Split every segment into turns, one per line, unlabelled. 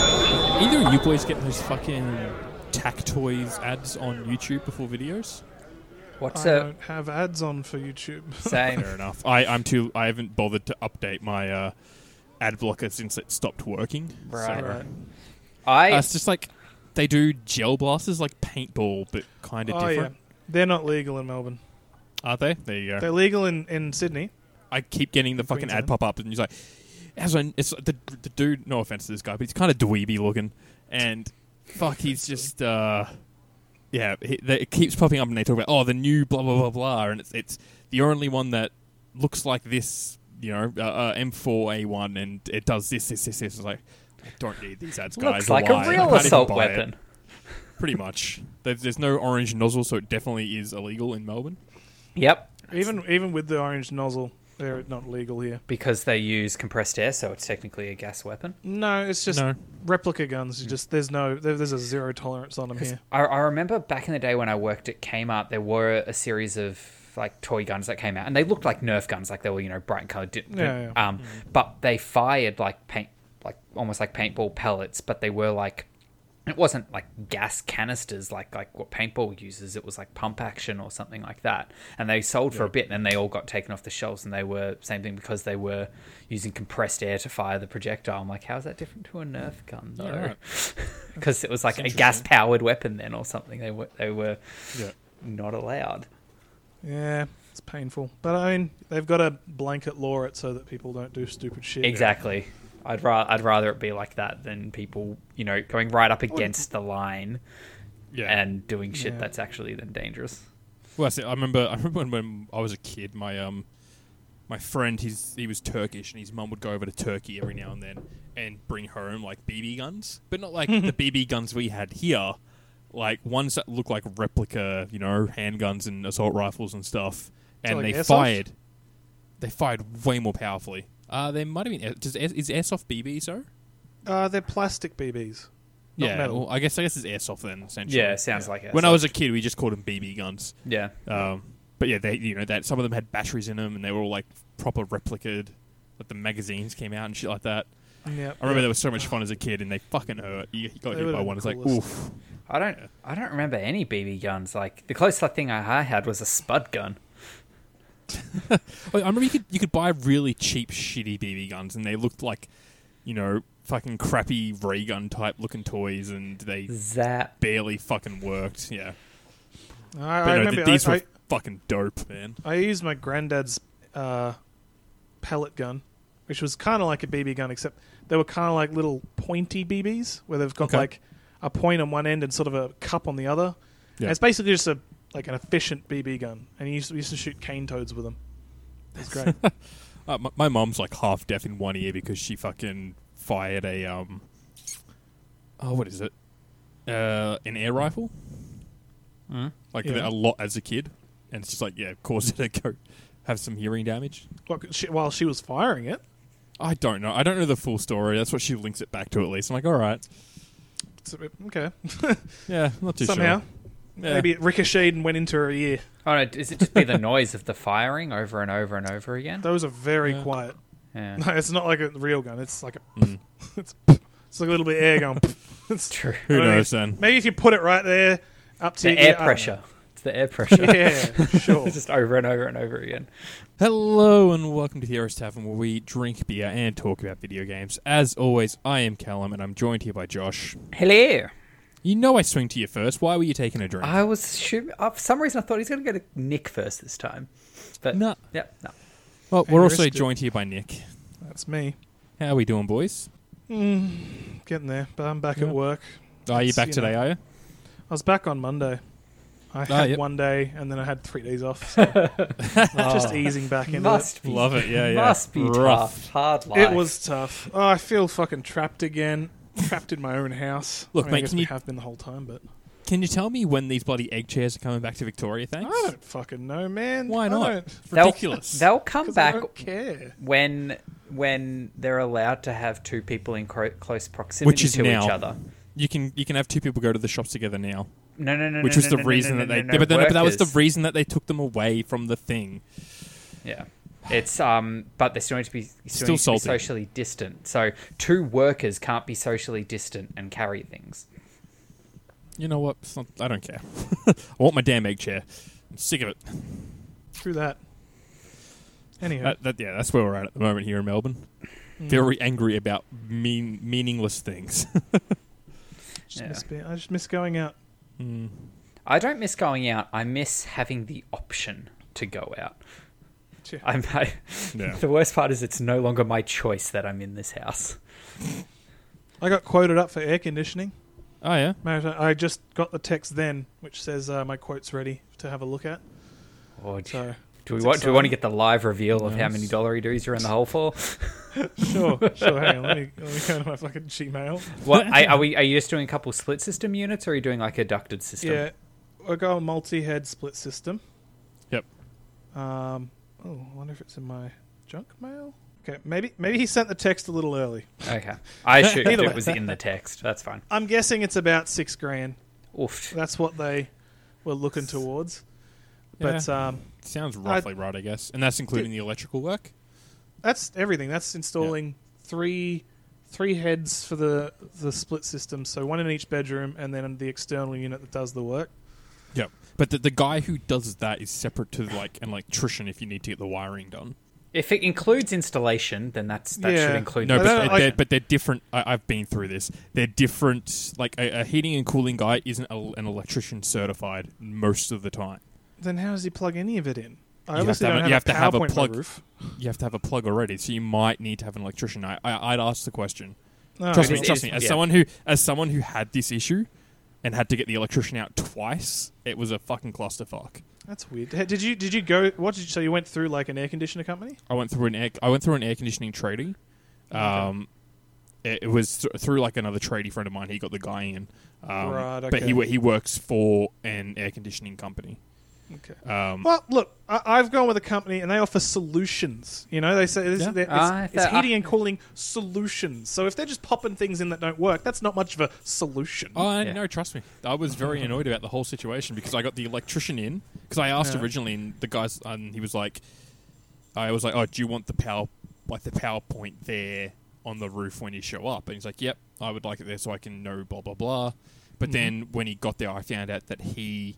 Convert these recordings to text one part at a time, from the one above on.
either of you boys get those fucking Tack Toys ads on YouTube before videos?
What's
I
a
don't have ads on for YouTube.
same?
Fair enough. I, I'm too. I haven't bothered to update my uh, ad blocker since it stopped working. So,
Right.
uh,
Right.
I
it's just like they do gel blasters like paintball, but kind of
Oh yeah,
different.
they're not legal in Melbourne.
Are they? There you go.
They're legal in, in Sydney.
I keep getting the fucking ad
Queensland.
pop up, and he's like, as I, it's the the dude. No offense to this guy, but he's kind of dweeby looking, and fuck, he's just uh, yeah. He, they, it keeps popping up, and they talk about oh the new blah blah blah blah, and it's it's the only one that looks like this, you know, uh, uh, M4A1, and it does this this this this. It's like. I don't need these ads, guys.
looks
They're
like a
lying. I
real
can't even
assault
buy it.
weapon.
Pretty much. There's, there's no orange nozzle, so it definitely is illegal in Melbourne.
Yep,
Even even with the orange nozzle, they're not legal here.
because they use compressed air, so it's technically a gas weapon.
No, it's just
No. Mm.
replica guns. You just there's no there, there's a zero tolerance on them here.
I, I remember back in the day when I worked at Kmart, there were a series of like toy guns that came out, and they looked like Nerf guns, like they were you know bright and coloured. di-
Yeah,
Um, but they fired like paint, like almost like paintball pellets, but they were like it wasn't like gas canisters like like what paintball uses. It was like pump action or something like that. And they sold for a bit, and then they all got taken off the shelves, and they were same thing because they were using compressed air to fire the projectile. I'm like, how is that different to a Nerf gun though?
Yeah, right.
because it was like a
That's
gas powered weapon then or something. They were they were
Yeah.
not allowed.
Yeah, it's painful. But I mean, they've got to blanket law it so that people don't do stupid shit.
Exactly. I'd rather I'd rather it be like that than people you know going right up against the line
Yeah.
and doing shit
Yeah.
that's actually then dangerous.
Well, that's it. I remember. I remember when, when I was a kid, my um, my friend, his he was Turkish, and his mum would go over to Turkey every now and then and bring home like BB guns, but not like the BB guns we had here, like ones that look like replica, you know, handguns and assault rifles and stuff. And
like
they
airsoft?
fired, they fired way more powerfully. Uh, they might have been. air- Does air- is airsoft BB so?
Uh, they're plastic BBs. Not
yeah,
metal.
well, I guess I guess it's airsoft then. Essentially,
Yeah, sounds like
When I
airsoft.
was a kid, we just called them BB guns.
Yeah.
Um, but yeah, they you know that some of them had batteries in them, and they were all like proper replicated. Like the magazines came out and shit like that.
Yeah.
I remember that was so much fun as a kid, and they fucking hurt. You, you got
They
hit
would've
by
been
one. It's like
coolest.
oof.
I don't I don't remember any BB guns. Like the closest thing I I had was a spud gun.
Oh, I remember you could you could buy really cheap, shitty BB guns, and they looked like you know fucking crappy ray gun type looking toys, and they
Mm.
Zap.
barely fucking worked. Yeah,
I,
but
I
no, th-
remember.
these
I,
were fucking dope, man.
I, I used my granddad's uh, pellet gun, which was kind of like a BB gun, except they were kind of like little pointy BBs where they've got
Okay.
like a point on one end and sort of a cup on the other.
Yeah.
And it's basically just a like an efficient BB gun, and you used to, we used to shoot cane toads with them. It's great.
Uh, my, my mom's like half deaf in one ear because she fucking fired a um. Oh, what is it? Uh, an air rifle.
hmm?
Like
Yeah.
a lot as a kid, and it's just like yeah, caused her to go have some hearing damage.
Look, she, while she was firing it,
I don't know. I don't know the full story. That's what she links it back to at least. I'm like, all right,
it's a bit- okay,
yeah, I'm not too
somehow
sure. Yeah.
maybe it ricocheted and went into her ear.
Oh no, does it just be the noise of the firing over and over and over again?
Those are very
Yeah.
quiet.
Yeah.
No, it's not like a real gun. It's like a.
Mm.
It's, it's like a little bit of air going. it's,
True.
Who
I mean,
knows then?
Maybe if you put it right there, up to
The
your
air
ear, I don't
pressure. It's the air
know.
pressure.
Yeah, sure.
just over and over and over again.
Hello and welcome to the Heroes Tavern, where we drink beer and talk about video games. As always, I am Callum, and I'm joined here by Josh.
Hello.
You know I swing to you first. Why were you taking a drink?
I was shoo- uh, for some reason I thought he's going to go to Nick first this time, but
No.
Yep. No.
Well,
And
we're also
risked it.
joined here by Nick.
That's me.
How are we doing, boys?
Getting there, but I'm back
Yeah.
at work.
Are you
It's,
back
you
today,
know-
are you?
I was back on Monday. I had
Ah, yep.
one day, and then I had three days off. So just easing back into
Must be.
Love it, yeah, yeah.
Must be
Rough.
tough. Hard
it.
life.
It was tough. Oh, I feel fucking trapped again. trapped in my own house.
Look,
I mean, I
mate,
guess
can
we
you-
have been the whole time, but
Can you tell me when these bloody egg chairs are coming back to Victoria,
I
thanks?
don't fucking know, man.
Why
I
not?
don't-
It's
They'll-
ridiculous.
They'll come
'cause I
back
don't care.
when when they're allowed to have two people in cro- close proximity
Which is
to
now.
each other.
you can you can have two people go to the shops together now,
No, no, no.
which
no,
was
no,
the
no,
reason
no,
that
no,
they.
no,
yeah,
no,
but, no, but that was the
workers.
reason that they took them away from the thing.
Yeah. It's um, but they still need to be still,
Still
need to be
salty.
socially distant. So two workers can't be socially distant and carry things.
You know what? It's not, I don't care. I want my damn egg chair. I'm sick of it.
Through that. Anyhow,
That, that, yeah, that's where we're at at the moment here in Melbourne.
mm,
Very angry about mean, meaningless things.
just
yeah.
miss being- I just miss going out.
Mm.
I don't miss going out. I miss having the option to go out.
Sure.
I'm, I,
Yeah.
The worst part is it's no longer my choice that I'm in this house.
I got quoted up for air conditioning.
Oh yeah.
Matter of fact, I just got the text then, which says uh, my quote's ready to have a look at.
Or Oh, do,
So
do we
it's
want? Do we want to
exciting.
get the live reveal of how
Yes.
many dollar doos you're in the hole for?
sure, sure. Hang on, let me let me go to my fucking Gmail.
What I, are we? Are you just doing a couple split system units, or are you doing like a ducted system?
Yeah, I go multi-head split system.
Yep.
Um. Oh, I wonder if it's in my junk mail. Okay, maybe maybe he sent the text a little early.
Okay. I assumed
Either
it
way.
was in the text. That's fine.
I'm guessing it's about six grand.
Oof.
That's what they were looking towards. But um,
Sounds roughly right, I guess. And that's including the electrical work.
that's everything. That's installing three three heads for the the split system. So one in each bedroom, and then the external unit that does the work.
Yep. But the, the guy who does that is separate to like an electrician if you need to get the wiring done.
If it includes installation, then that's that should
Yeah.
include.
No,
I
but
don't
they're,
like-
they're, but they're different. I, I've been through this. They're different. Like a, a heating and cooling guy isn't a, an electrician certified most of the time.
Then how does he plug any of it in?
You have
I obviously
to have
don't
a- you
have,
have to have a
PowerPoint on my
plug.
Roof.
You have to have a plug already, so you might need to have an electrician. I, I I'd ask the question.
No,
Trust
it
me,
is-
trust me. As
yeah.
someone who as someone who had this issue and had to get the electrician out twice, it was a fucking clusterfuck.
That's weird. Hey, Did you did you go? What did you, so you went through like an air conditioner company?
I went through an air, I went through an air conditioning tradie. Um, it, it was th- through like another tradie friend of mine. He got the guy in, um,
Right,
but
okay.
he wo- he works for an air conditioning company.
Okay.
Um,
Well, look, I, I've gone with a company and they offer solutions. You know, they say this,
Yeah.
there- it's,
Ah, if
it's
they're-
heating and cooling solutions. So if they're just popping things in that don't work, that's not much of a solution.
Oh I
Yeah.
no, trust me. I was very annoyed about the whole situation because I got the electrician in because I asked
Yeah.
originally, and the guys and he was like, I was like, oh, do you want the power like the PowerPoint there on the roof when you show up? And he's like, yep, I would like it there so I can know blah blah blah. But then when he got there, I found out that he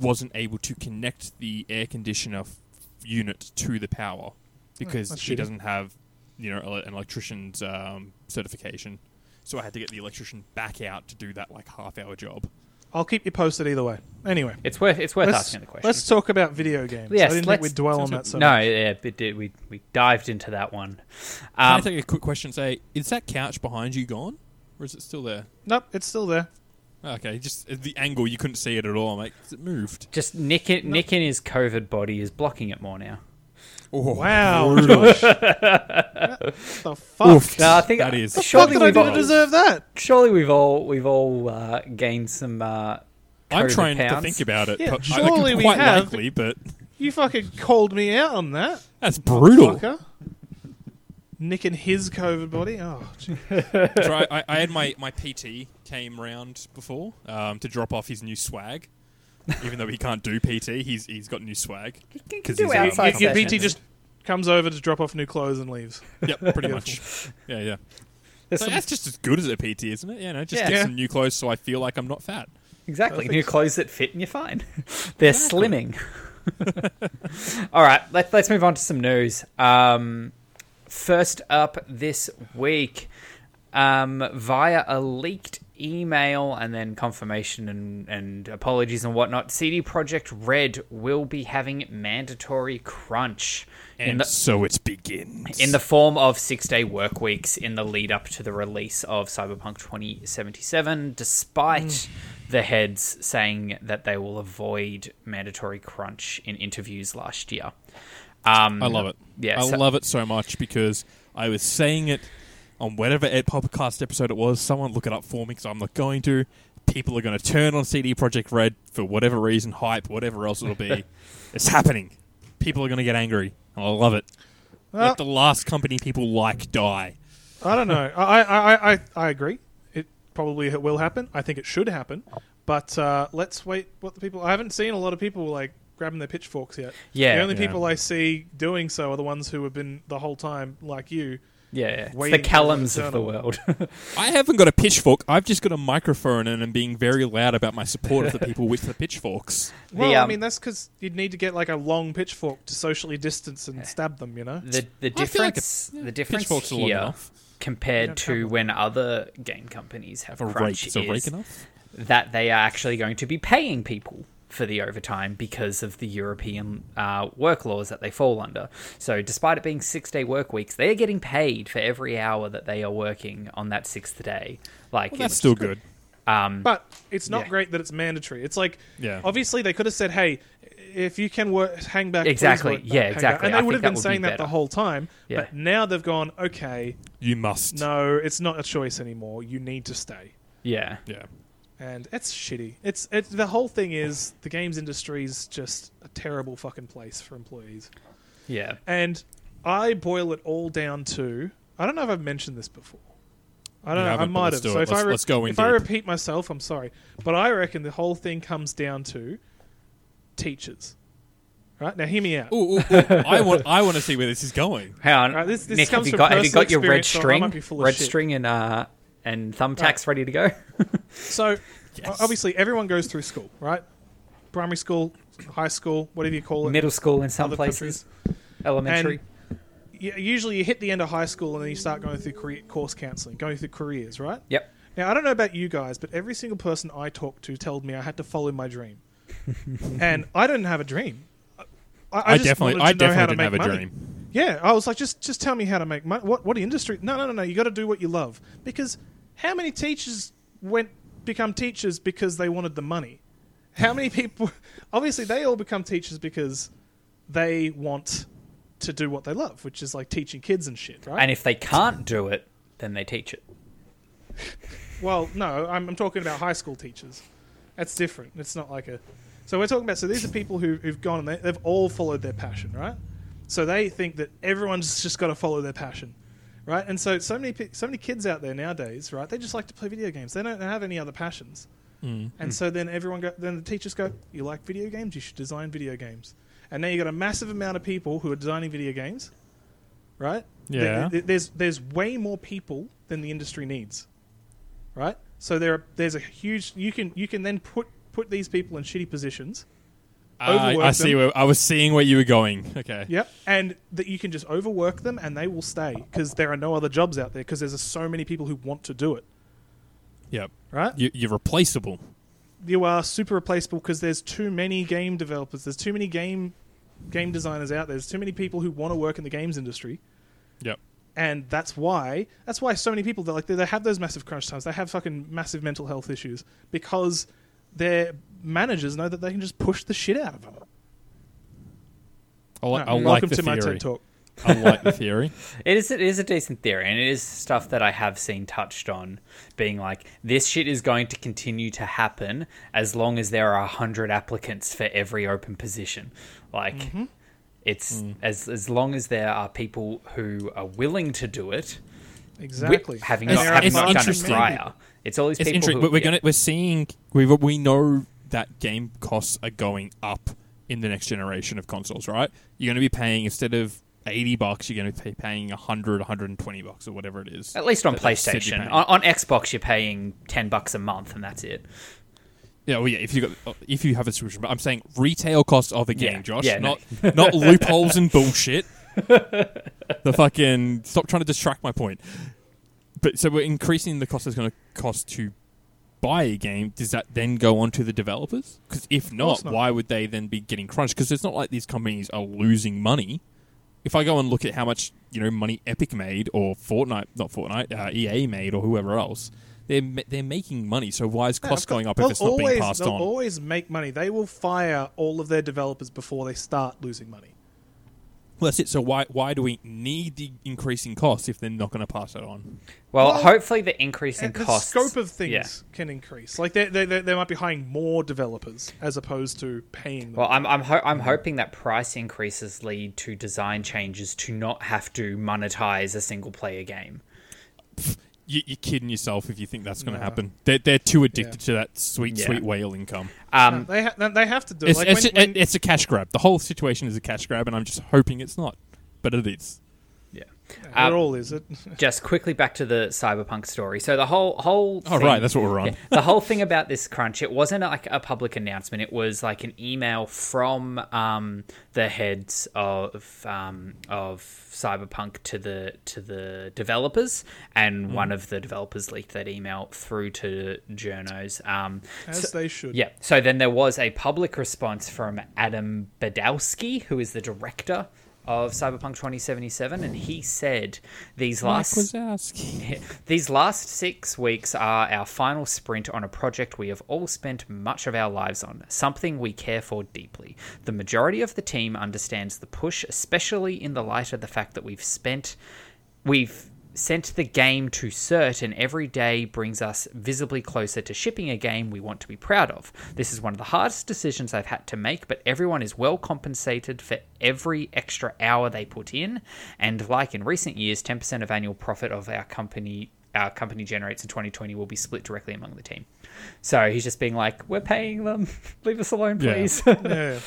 wasn't able to connect the air conditioner f- unit to the power because
that's
she
shitty.
doesn't have you know ele- an electrician's um, certification. So I had to get the electrician back out to do that like half hour job.
I'll keep you posted either way. Anyway,
It's worth it's worth
let's,
asking the question.
let's talk about video games.
Yes,
I didn't
let's-
think we'd dwell on
sounds
that. So
no,
much.
yeah, it did. We we dived into that one.
Can I
Um,
take a quick question? and Say, is that couch behind you gone, or is it still there?
nope, it's still there.
Okay, just uh, the angle you couldn't see it at all. I'm like, is it moved?
just Nick in, Nick in his COVID body is blocking it more now.
Oh,
Wow,
brutal.
Josh. what the fuck?
Oof.
No, I think
That is-
Fuck
surely
did I
we've
do to
all,
deserve that?
surely we've all we've all uh, gained some. Uh,
I'm
COVID
trying to
pounds.
think about it.
Yeah,
but I-
surely we
quite
have.
likely, but
You fucking called me out on that.
that's brutal.
Fucker. Nick and his COVID body. Oh, gee.
so I, I, I had my, my PT came round before um, to drop off his new swag. Even though he can't do PT, he's he's got new swag.
You can
'Cause
do
he's out.
outside
You-
your
you-
sessions.
BT just comes over to drop off new clothes and leaves.
Yep, pretty much. Yeah, yeah.
There's
So
some-
that's just as good as a PT, isn't it? Yeah, no, just
Yeah.
get
Yeah.
some new clothes so I feel like I'm not fat.
Exactly.
Perfect.
New clothes that fit and you're fine. They're slimming. All right, let, let's move on to some news. Um, first up this week, um, via a leaked email and then confirmation and, and apologies and whatnot, CD Projekt Red will be having mandatory crunch. in
And
the,
so it begins.
in the form of six day work weeks in the lead up to the release of Cyberpunk 2077, despite the heads saying that they will avoid mandatory crunch in interviews last year. Um,
I love it.
Yeah,
I
so-
love it so much because I was saying it on whatever Ed podcast episode it was. Someone look it up for me because I'm not going to. People are going to turn on CD Project Red for whatever reason, hype, whatever else it'll be. it's happening. People are going to get angry. I love it.
Well-
Let the last company people like die.
I don't know. I, I, I- I, I agree. It probably will happen. I think it should happen. But uh, let's wait. What the people? I haven't seen a lot of people like grabbing their pitchforks yet.
Yeah.
the only
Yeah.
people I see doing so are the ones who have been the whole time, like you.
Yeah, yeah. It's the
Waiting for them to
Callums of
turn
the
on.
world.
I haven't got a pitchfork. I've just got a microphone and I'm being very loud about my support of the people with the pitchforks.
The,
Well, I
um,
mean, that's because you'd need to get like a long pitchfork to socially distance and stab them. You know.
Eh. the the
I feel like a-
difference
yeah,
the difference
pitchforks are long
here
enough.
compared
You don't
to
have
when other game companies have
Have a rake.
crunch
Is a rake
is
enough?
that they are actually going to be paying people for the overtime because of the European uh, work laws that they fall under. So, despite it being six day work weeks, they are getting paid for every hour that they are working on that sixth day. Like,
Well, that's
it's-
still good.
Um,
But it's not
Yeah.
great that it's mandatory. It's like,
Yeah.
obviously they could have said, "Hey, if you can work, hang back." please
Exactly.
work back,
Yeah,
hang back."
exactly.
And
I
they would
think
have
that
been
would be
saying that the
better.
whole time.
Yeah.
But now they've gone, "Okay,
You must.
no, it's not a choice anymore. You need to stay."
yeah.
Yeah.
And it's shitty. It's it, the whole thing is the games industry is just a terrible fucking place for employees.
Yeah.
And I boil it all down to I don't know if I've mentioned this before. I
You
don't know. I
haven't, but
might
let's
have.
do
So
it.
if I
Let's-
re-
let's go in
if I
deep.
repeat myself, I'm sorry. But I reckon the whole thing comes down to teachers. Right now, hear me out.
Ooh, ooh, ooh. I want. I want to see where this is going.
Hang on.
Right, this- this
Nick, have
comes
you
from
got, have you
personal
got your red
experience, so I
string,
might be full of
red
shit.
string and, uh, and thumbtacks ready to go?
So
Yes.
obviously, everyone goes through school, right? Primary school, high school, whatever you call it.
Middle school in some
other
places,
countries.
elementary.
Y- Usually, you hit the end of high school and then you start going through career, course counselling, going through careers, right?
Yep.
Now, I don't know about you guys, but every single person I talked to told me I had to follow my dream. and I didn't have a dream. I, I
I,
just
definitely.
wanted to
I
know how to
definitely didn't have
make
a
money.
dream.
Yeah, I was like, just just tell me how to make money. What what industry? No, no, no, no. You got to do what you love because how many teachers went become teachers because they wanted the money? How many people? Obviously, they all become teachers because they want to do what they love, which is like teaching kids and shit, right?
And if they can't do it, then they teach it.
Well, no, I'm, I'm talking about high school teachers. That's different. It's not like a. So we're talking about. So these are people who, who've gone and they, they've all followed their passion, right? So they think that everyone's just got to follow their passion, right? And so so many pe- so many kids out there nowadays, right? They just like to play video games. They don't have any other passions. And so then everyone go, then the teachers go, "You like video games? You should design video games." And now you got a massive amount of people who are designing video games, right? Th-
Yeah.
th- there's there's way more people than the industry needs, right? So there are, there's a huge you can you can then put put these people in shitty positions.
I, Uh, I
Overwork
see.
them.
Where, I was seeing where you were going. Okay.
Yep. And that you can just overwork them and they will stay because there are no other jobs out there because there's so many people who want to do it,
Yep.
right?
You, you're replaceable.
you are super replaceable because there's too many game developers, there's too many game game designers out there, there's too many people who want to work in the games industry,
Yep.
and that's why that's why so many people they like they, they have those massive crunch times, they have fucking massive mental health issues because their managers know that they can just push the shit out of them.
I, li-
Right,
I like
welcome
the
to my
theory.
TED talk.
I like the theory.
It is it is a decent theory, and it is stuff that I have seen touched on, being like this shit is going to continue to happen as long as there are hundred applicants for every open position. Like
Mm-hmm.
it's
Mm.
as as long as there are people who are willing to do it, wi-
Exactly.
having
And
not,
there are
having not
far
done
too
it
interesting.
many people.
prior. It's all these
It's
people.
interesting.
Who,
but we're
yeah.
gonna. We're seeing. We we know that game costs are going up in the next generation of consoles. Right. You're going to be paying instead of. 80 bucks you're going to be paying 100 120 bucks or whatever it is
At least on
that they've said you're
PlayStation,
paying.
on, on Xbox, you're paying ten bucks a month, and that's it.
Yeah, well, yeah. If you got, uh, if you have a subscription, but I'm saying retail costs of the game,
Yeah,
Josh.
yeah, no.
not not loopholes and bullshit. the fucking stop trying to distract my point. But so we're increasing the cost that's going to cost to buy a game. Does that then go on to the developers? Because if not,
course not.
why would they then be getting crunched? Because it's not like these companies are losing money. If I go and look at how much you know money Epic made or Fortnite, not Fortnite, uh, EA made or whoever else. They're, ma- they're making money, so why is
Yeah,
cost
of course.
going up
They'll
if it's not
always-
being passed
they'll
on?
always make money. They will fire all of their developers before they start losing money.
Well, that's it. So why why do we need the increasing costs if they're not going to pass it on?
Well,
Well,
hopefully the increase in
And the
costs,
scope of things
yeah.
can increase. Like they, they, they, they might be hiring more developers as opposed to paying them.
Well, I'm I'm, ho- I'm hoping that price increases lead to design changes to not have to monetize a single player game.
you, you're kidding yourself if you think that's going to
No.
happen. They're, they're too addicted
Yeah.
to that sweet,
Yeah.
sweet whale income.
Um,
they, ha- they have to do it.
It's,
Like
it's,
when, when,
it- it's a cash grab. The whole situation is a cash grab, and I'm just hoping it's not. But it is.
yeah,
um,
it all is it.
just quickly back to the cyberpunk story. So the whole whole
Oh,
thing-
right, that's what we're on.
Yeah, the whole thing about this crunch, it wasn't like a public announcement. It was like an email from um, the heads of um, of Cyberpunk to the to the developers, and
Mm.
one of the developers leaked that email through to journos. Um,
As they should.
yeah. So then there was a public response from Adam Badowski, who is the director of Cyberpunk 2077, and he said these last these last six weeks are our final sprint on a project we have all spent much of our lives on, something we care for deeply. The majority of the team understands the push, especially in the light of the fact that we've spent, we've sent the game to cert and every day brings us visibly closer to shipping a game we want to be proud of this is one of the hardest decisions i've had to make but everyone is well compensated for every extra hour they put in and like in recent years 10% of annual profit of our company our company generates in 2020 will be split directly among the team so he's just being like we're paying them leave us alone
Yeah.
please
yeah.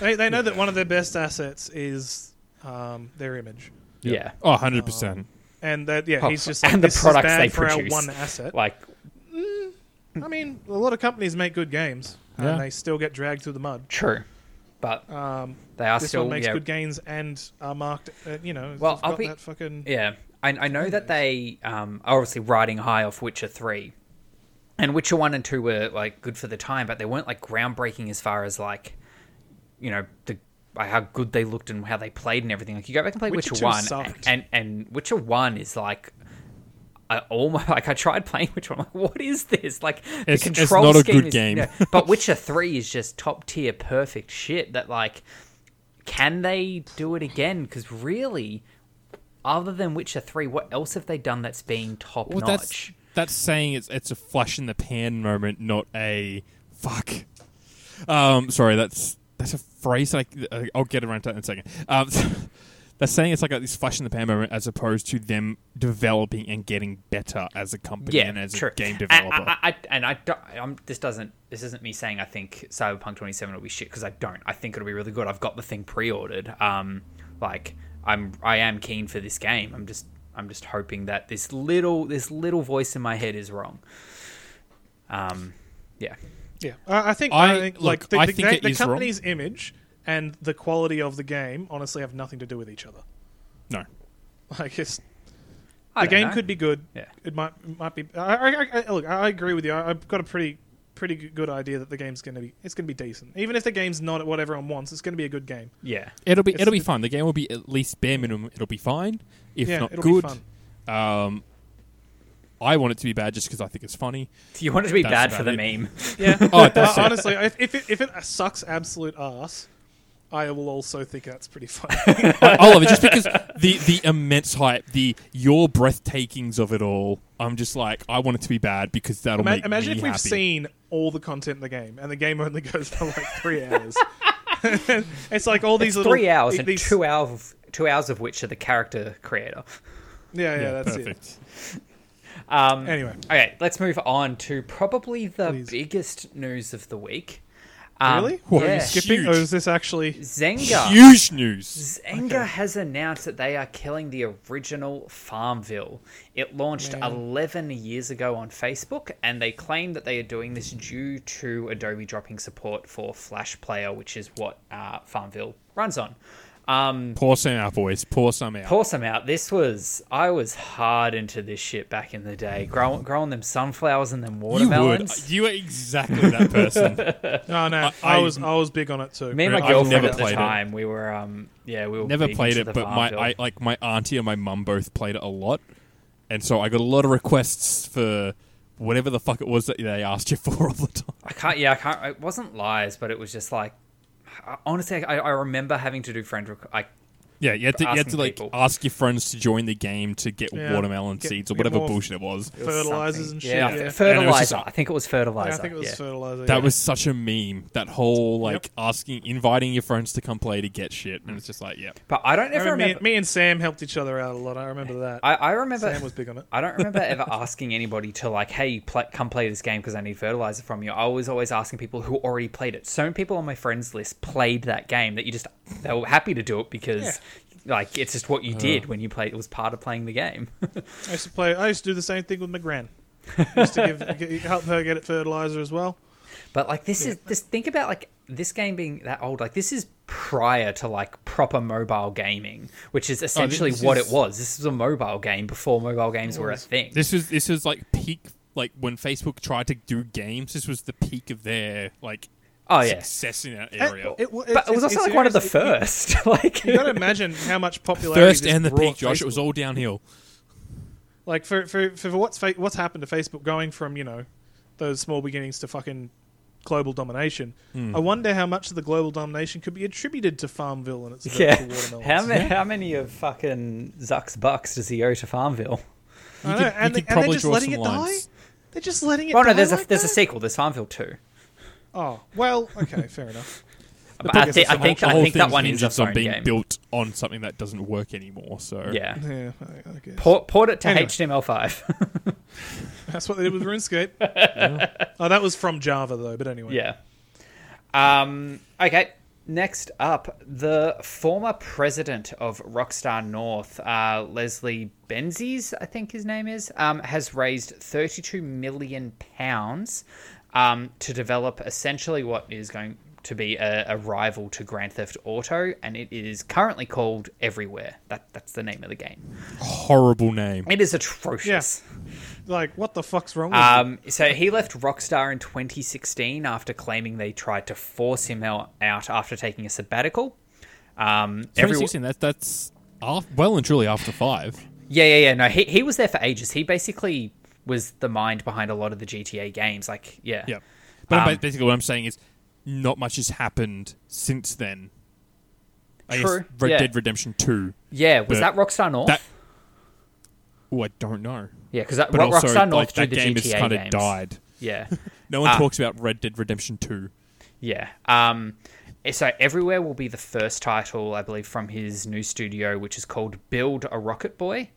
They, they know that one of their best assets is um, their image.
yeah
Oh, 100 percent.
And that, yeah,
Oh,
he's just like,
and the
this is
products
bad
they
for
produce.
our one asset.
like
I mean, a lot of companies make good games
Yeah.
and they still get dragged through the mud.
true but
Um,
they are
this
still
one makes
yeah,
good gains and are marked, uh, you know,
Well,
it's
I'll
got
be-
that fucking.
Yeah, I, I know that they um, are obviously riding high off Witcher three, and Witcher one and two were like good for the time, but they weren't like groundbreaking as far as like, you know, the like, how good they looked and how they played and everything. Like you go back and play
Witcher
Witcher,
2
one,
sucked.
and and Witcher one is like. I almost like I tried playing Witcher. I'm like, what is this? Like
It's-
the
it's
control
not a
scheme
good
is-
game.
yeah. but Witcher three is just top tier, perfect shit. That like, can they do it again? Because really, other than Witcher Three, what else have they done that's been top
Well, that's
notch?
that's saying it's it's a flash in the pan moment, not a fuck. Um, sorry, that's that's a phrase that I, I- I'll get around to that in a second. Um, that's saying it's like a, this flash in the pan moment as opposed to them developing and getting better as a company
Yeah,
and as
true.
a
Ah,
game
And
developer.
I, I, I, and I don't, I'm, this doesn't. This isn't me saying I think Cyberpunk 27 will be shit because I don't. I think it'll be really good. I've got the thing pre-ordered. Um, like I'm, I am keen for this game. I'm just, I'm just hoping that this little, this little voice in my head is wrong. Um, yeah.
Yeah, I I think
I-
I, think
look,
like the,
I
the,
think
the-
it
the
is wrong.
company's image and the quality of the game honestly have nothing to do with each other.
no,
Like it's,
I
the
don't
game
know.
could be good.
Yeah.
It might it might be. I, I, I, look, I agree with you. I, I've got a pretty pretty g- good idea that the game's going to be it's going to be decent. Even if the game's not what everyone wants, it's going to be a good game.
Yeah.
it'll be
It's-
it'll be fun. The game will be at least bare minimum. It'll be fine, if
yeah,
not
it'll
good.
be fun.
Um, I want it to be bad just because I think it's funny.
You want it to be
That's
bad for the
about
meme.
Yeah.
Oh, that's
Uh,
it.
honestly, if if it, if it sucks absolute ass, I will also think that's pretty fun.
I, I love it just because the the immense hype, the your breathtakings of it all. I'm just like, I want it to be bad because that'll
Ima-
make
imagine
me
if we've
happy.
seen all the content in the game and the game only goes for like three hours. it's like all these
It's
little
three hours
i-
and
these-
two hours two hours of which are the character creator.
Yeah, yeah,
Yeah,
that's
perfect.
Um,
it. Anyway,
okay, let's move on to probably the
Please.
biggest news of the week. Um,
really?
What,
Are
yeah.
you skipping?
Huge.
Or is this actually?
Zynga.
Huge news.
Zynga has announced that they are killing the original Farmville. It launched
Man.
11 years ago on Facebook, and they claim that they are doing this due to Adobe dropping support for Flash Player, which is what uh, Farmville runs on. Um,
Hmm.
Pour some out, boys. Pour some out.
Pour some out. This was I was hard into this shit back in the day. Grow, growing them sunflowers and them
you would.
watermelons.
You are exactly that person.
Oh, No, no. I,
I-
was, I was big on it too.
Me and my
I've
girlfriend
never
at the
played it.
time, we were um yeah we were
Never
big
played
into
it,
the
but my
Farmville.
I like my auntie and my mum both played it a lot, and so I got a lot of requests for whatever the fuck it was that they asked you for all the time.
I can't yeah I can't it wasn't lies but it was just like I- honestly I, I remember having to do friend requ- like
Yeah, you had to, you had to
asking
like
people.
ask your friends to join the game to get
Yeah.
watermelon
Get-
seeds or
get
whatever
more-
bullshit it was.
It was
Fertilizers
something.
and
Yeah,
shit, yeah.
f-
And it was just-
fertilizer. I think it was fertilizer.
Yeah, I think it was
yeah.
fertilizer.
That
yeah.
was such a meme. That whole like
Yep.
asking, inviting your friends to come play to get shit, and it's just like, yeah,
But I don't
I
ever
remember me,
remember.
me and Sam helped each other out a lot. I remember that.
I, I remember.
Sam was big on it.
I don't remember ever asking anybody to like, hey, play, come play this game because I need fertilizer from you. I was always asking people who already played it. So many people on my friends list played that game that you just they were happy to do it because like it's just what you did when you played. It was part of playing the game.
I used to play. I used to do the same thing with my gran. used to give, g help her get it fertilizer as well.
but like this is this. Think about like this game being that old. Like this is prior to like proper mobile gaming, which is essentially
this
what
is-
it was. This was a mobile game before mobile games were a thing.
this was this was like peak. Like when Facebook tried to do games, this was the peak of their like
oh yeah.
success in that area.
w-
but it was
it's-
also
it's
like one of the
seriously-
first. like
You gotta imagine how much popularity
First
this
and the
brought
peak, Josh. It was
Facebook.
all downhill.
like for for, for what's fa- what's happened to Facebook going from you know those small beginnings to fucking global domination.
Hmm.
I wonder how much of the global domination could be attributed to Farmville and its
Yeah.
virtual watermelons.
How many, how many of fucking Zuck's bucks does he owe to Farmville?
I
You
know,
could- you
and, they-
could
and
probably
they're just
draw
letting it
some lines.
die. They're just letting it.
Well, no,
die
there's a
like
there's a
that?
sequel. There's Farmville two.
Oh well, okay, fair enough.
But I,
biggest-
think I
The
think
whole- the
I
whole
think that
thing
one is a
hinges on
phone
being
game.
built on something that doesn't work anymore. So
Yeah,
Yeah, I, I guess.
port, port it to
Anyway.
HTML5.
That's what they did with RuneScape. Oh, that was from Java though. But anyway,
yeah. Um. Okay. Next up, the former president of Rockstar North, uh, Leslie Benzies, I think his name is, um, has raised 32 million pounds um, to develop essentially what is going to be a, a rival to Grand Theft Auto, and it is currently called Everywhere. That that's the name of the game.
horrible name.
It is atrocious.
like what the fuck's wrong? With
Uh,
you?
Um, so he left Rockstar in 2016 after claiming they tried to force him out, out after taking a sabbatical. Um, every,
2016. That, that's af well and truly after five.
yeah, yeah, yeah. No, he, he was there for ages. He basically was the mind behind a lot of the GTA games. Like, yeah.
Yeah, but
Um,
basically what I'm saying is not much has happened since then. I guess
True,
Red
yeah.
Dead Redemption Two.
Yeah,
But
was that Rockstar North?
That oh, I don't know.
yeah, because that
But
Ro-
also,
Rockstar
like,
North do
that
the
game has
GTA
kind of
games.
died.
Yeah.
No one
Ah.
talks about Red Dead Redemption Two.
Yeah. Um, so everywhere will be the first title, I believe, from his new studio, which is called Build a Rocket Boy,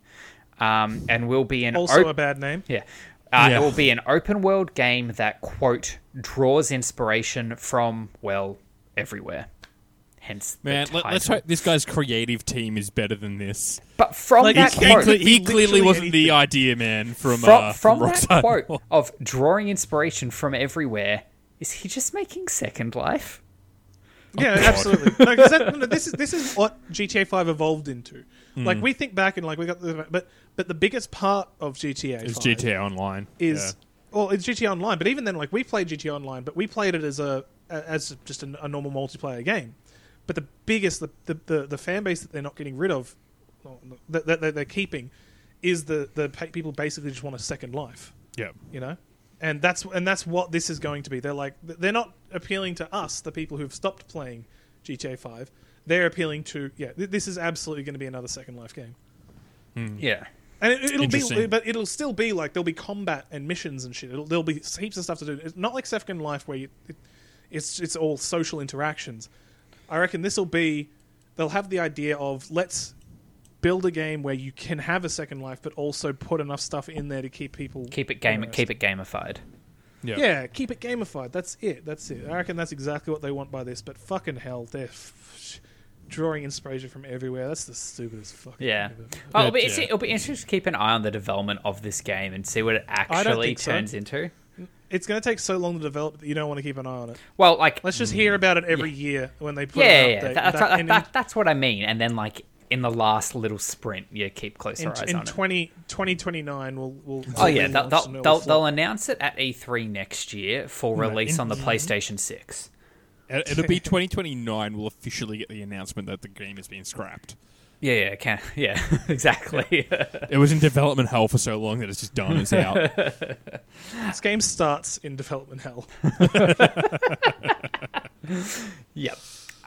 um, and will be an
also
op-
a bad name.
yeah. Uh,
Yeah.
It will be an open world game that quote draws inspiration from well everywhere. Hence, the
Man, let,
title.
us hope this guy's creative team is better than this.
But from
Like,
that
He, he
quote,
cle- he
Literally
clearly wasn't
anything.
the idea man from
from,
uh,
from that
Rockstar.
quote of drawing inspiration from everywhere, is he just making Second Life?
Yeah,
Oh, God.
absolutely. No, 'cause that, no, this is this is what GTA Five evolved into.
Hmm.
Like we think back and like we got, the, but but the biggest part of GTA
It's
5
GTA Online.
is well, it's GTA Online. But even then, like we played GTA Online, but we played it as a as just a, a normal multiplayer game. But the biggest the, the, the, the fan base that they're not getting rid of, well, that, that, that they're keeping, is the the pa- people basically just want a second life
yeah. yeah.
you know and that's and that's what this is going to be they're like they're not appealing to us the people who've stopped playing gta 5 they're appealing to yeah th- this is absolutely going to be another second life game
Mm.
Yeah.
and it, it'll be
Interesting.
but it'll still be like there'll be combat and missions and shit it'll, there'll be heaps of stuff to do it's not like second life where you, it, it's it's all social interactions i reckon this will be they'll have the idea of let's build a game where you can have a second life but also put enough stuff in there to keep people
Keep it game.
interested.
Keep it gamified.
Yeah.
Yeah, keep it gamified. That's it. That's it. I reckon that's exactly what they want by this. But fucking hell, they're f- drawing inspiration from everywhere. That's the stupidest fucking.
Yeah.
thing I've ever-
Oh, it'll be,
Yeah.
it's- it'll be interesting to keep an eye on the development of this game and see what it actually
think so.
turns into.
It's going to take so long to develop that you don't want to keep an eye on it.
Well, like,
Let's just hear about it every year when they put
Mm. yeah, yeah,
it
yeah.
out.
That- that's, what- that- that's what I mean. And then, like, in the last little sprint, you keep closer
in,
eyes
in,
on it.
20, 2029, we'll, we'll.
Oh yeah, they'll
we'll launch
they'll,
and it'll
they'll,
flop.
they'll announce it at E3 next year for release on the PlayStation 6.
It- It'll be 2029. We'll officially get the announcement that the game is being scrapped.
Yeah, yeah, can yeah, exactly.
It was in development hell for so long that it's just done. It's out.
This game starts in development hell.
yep.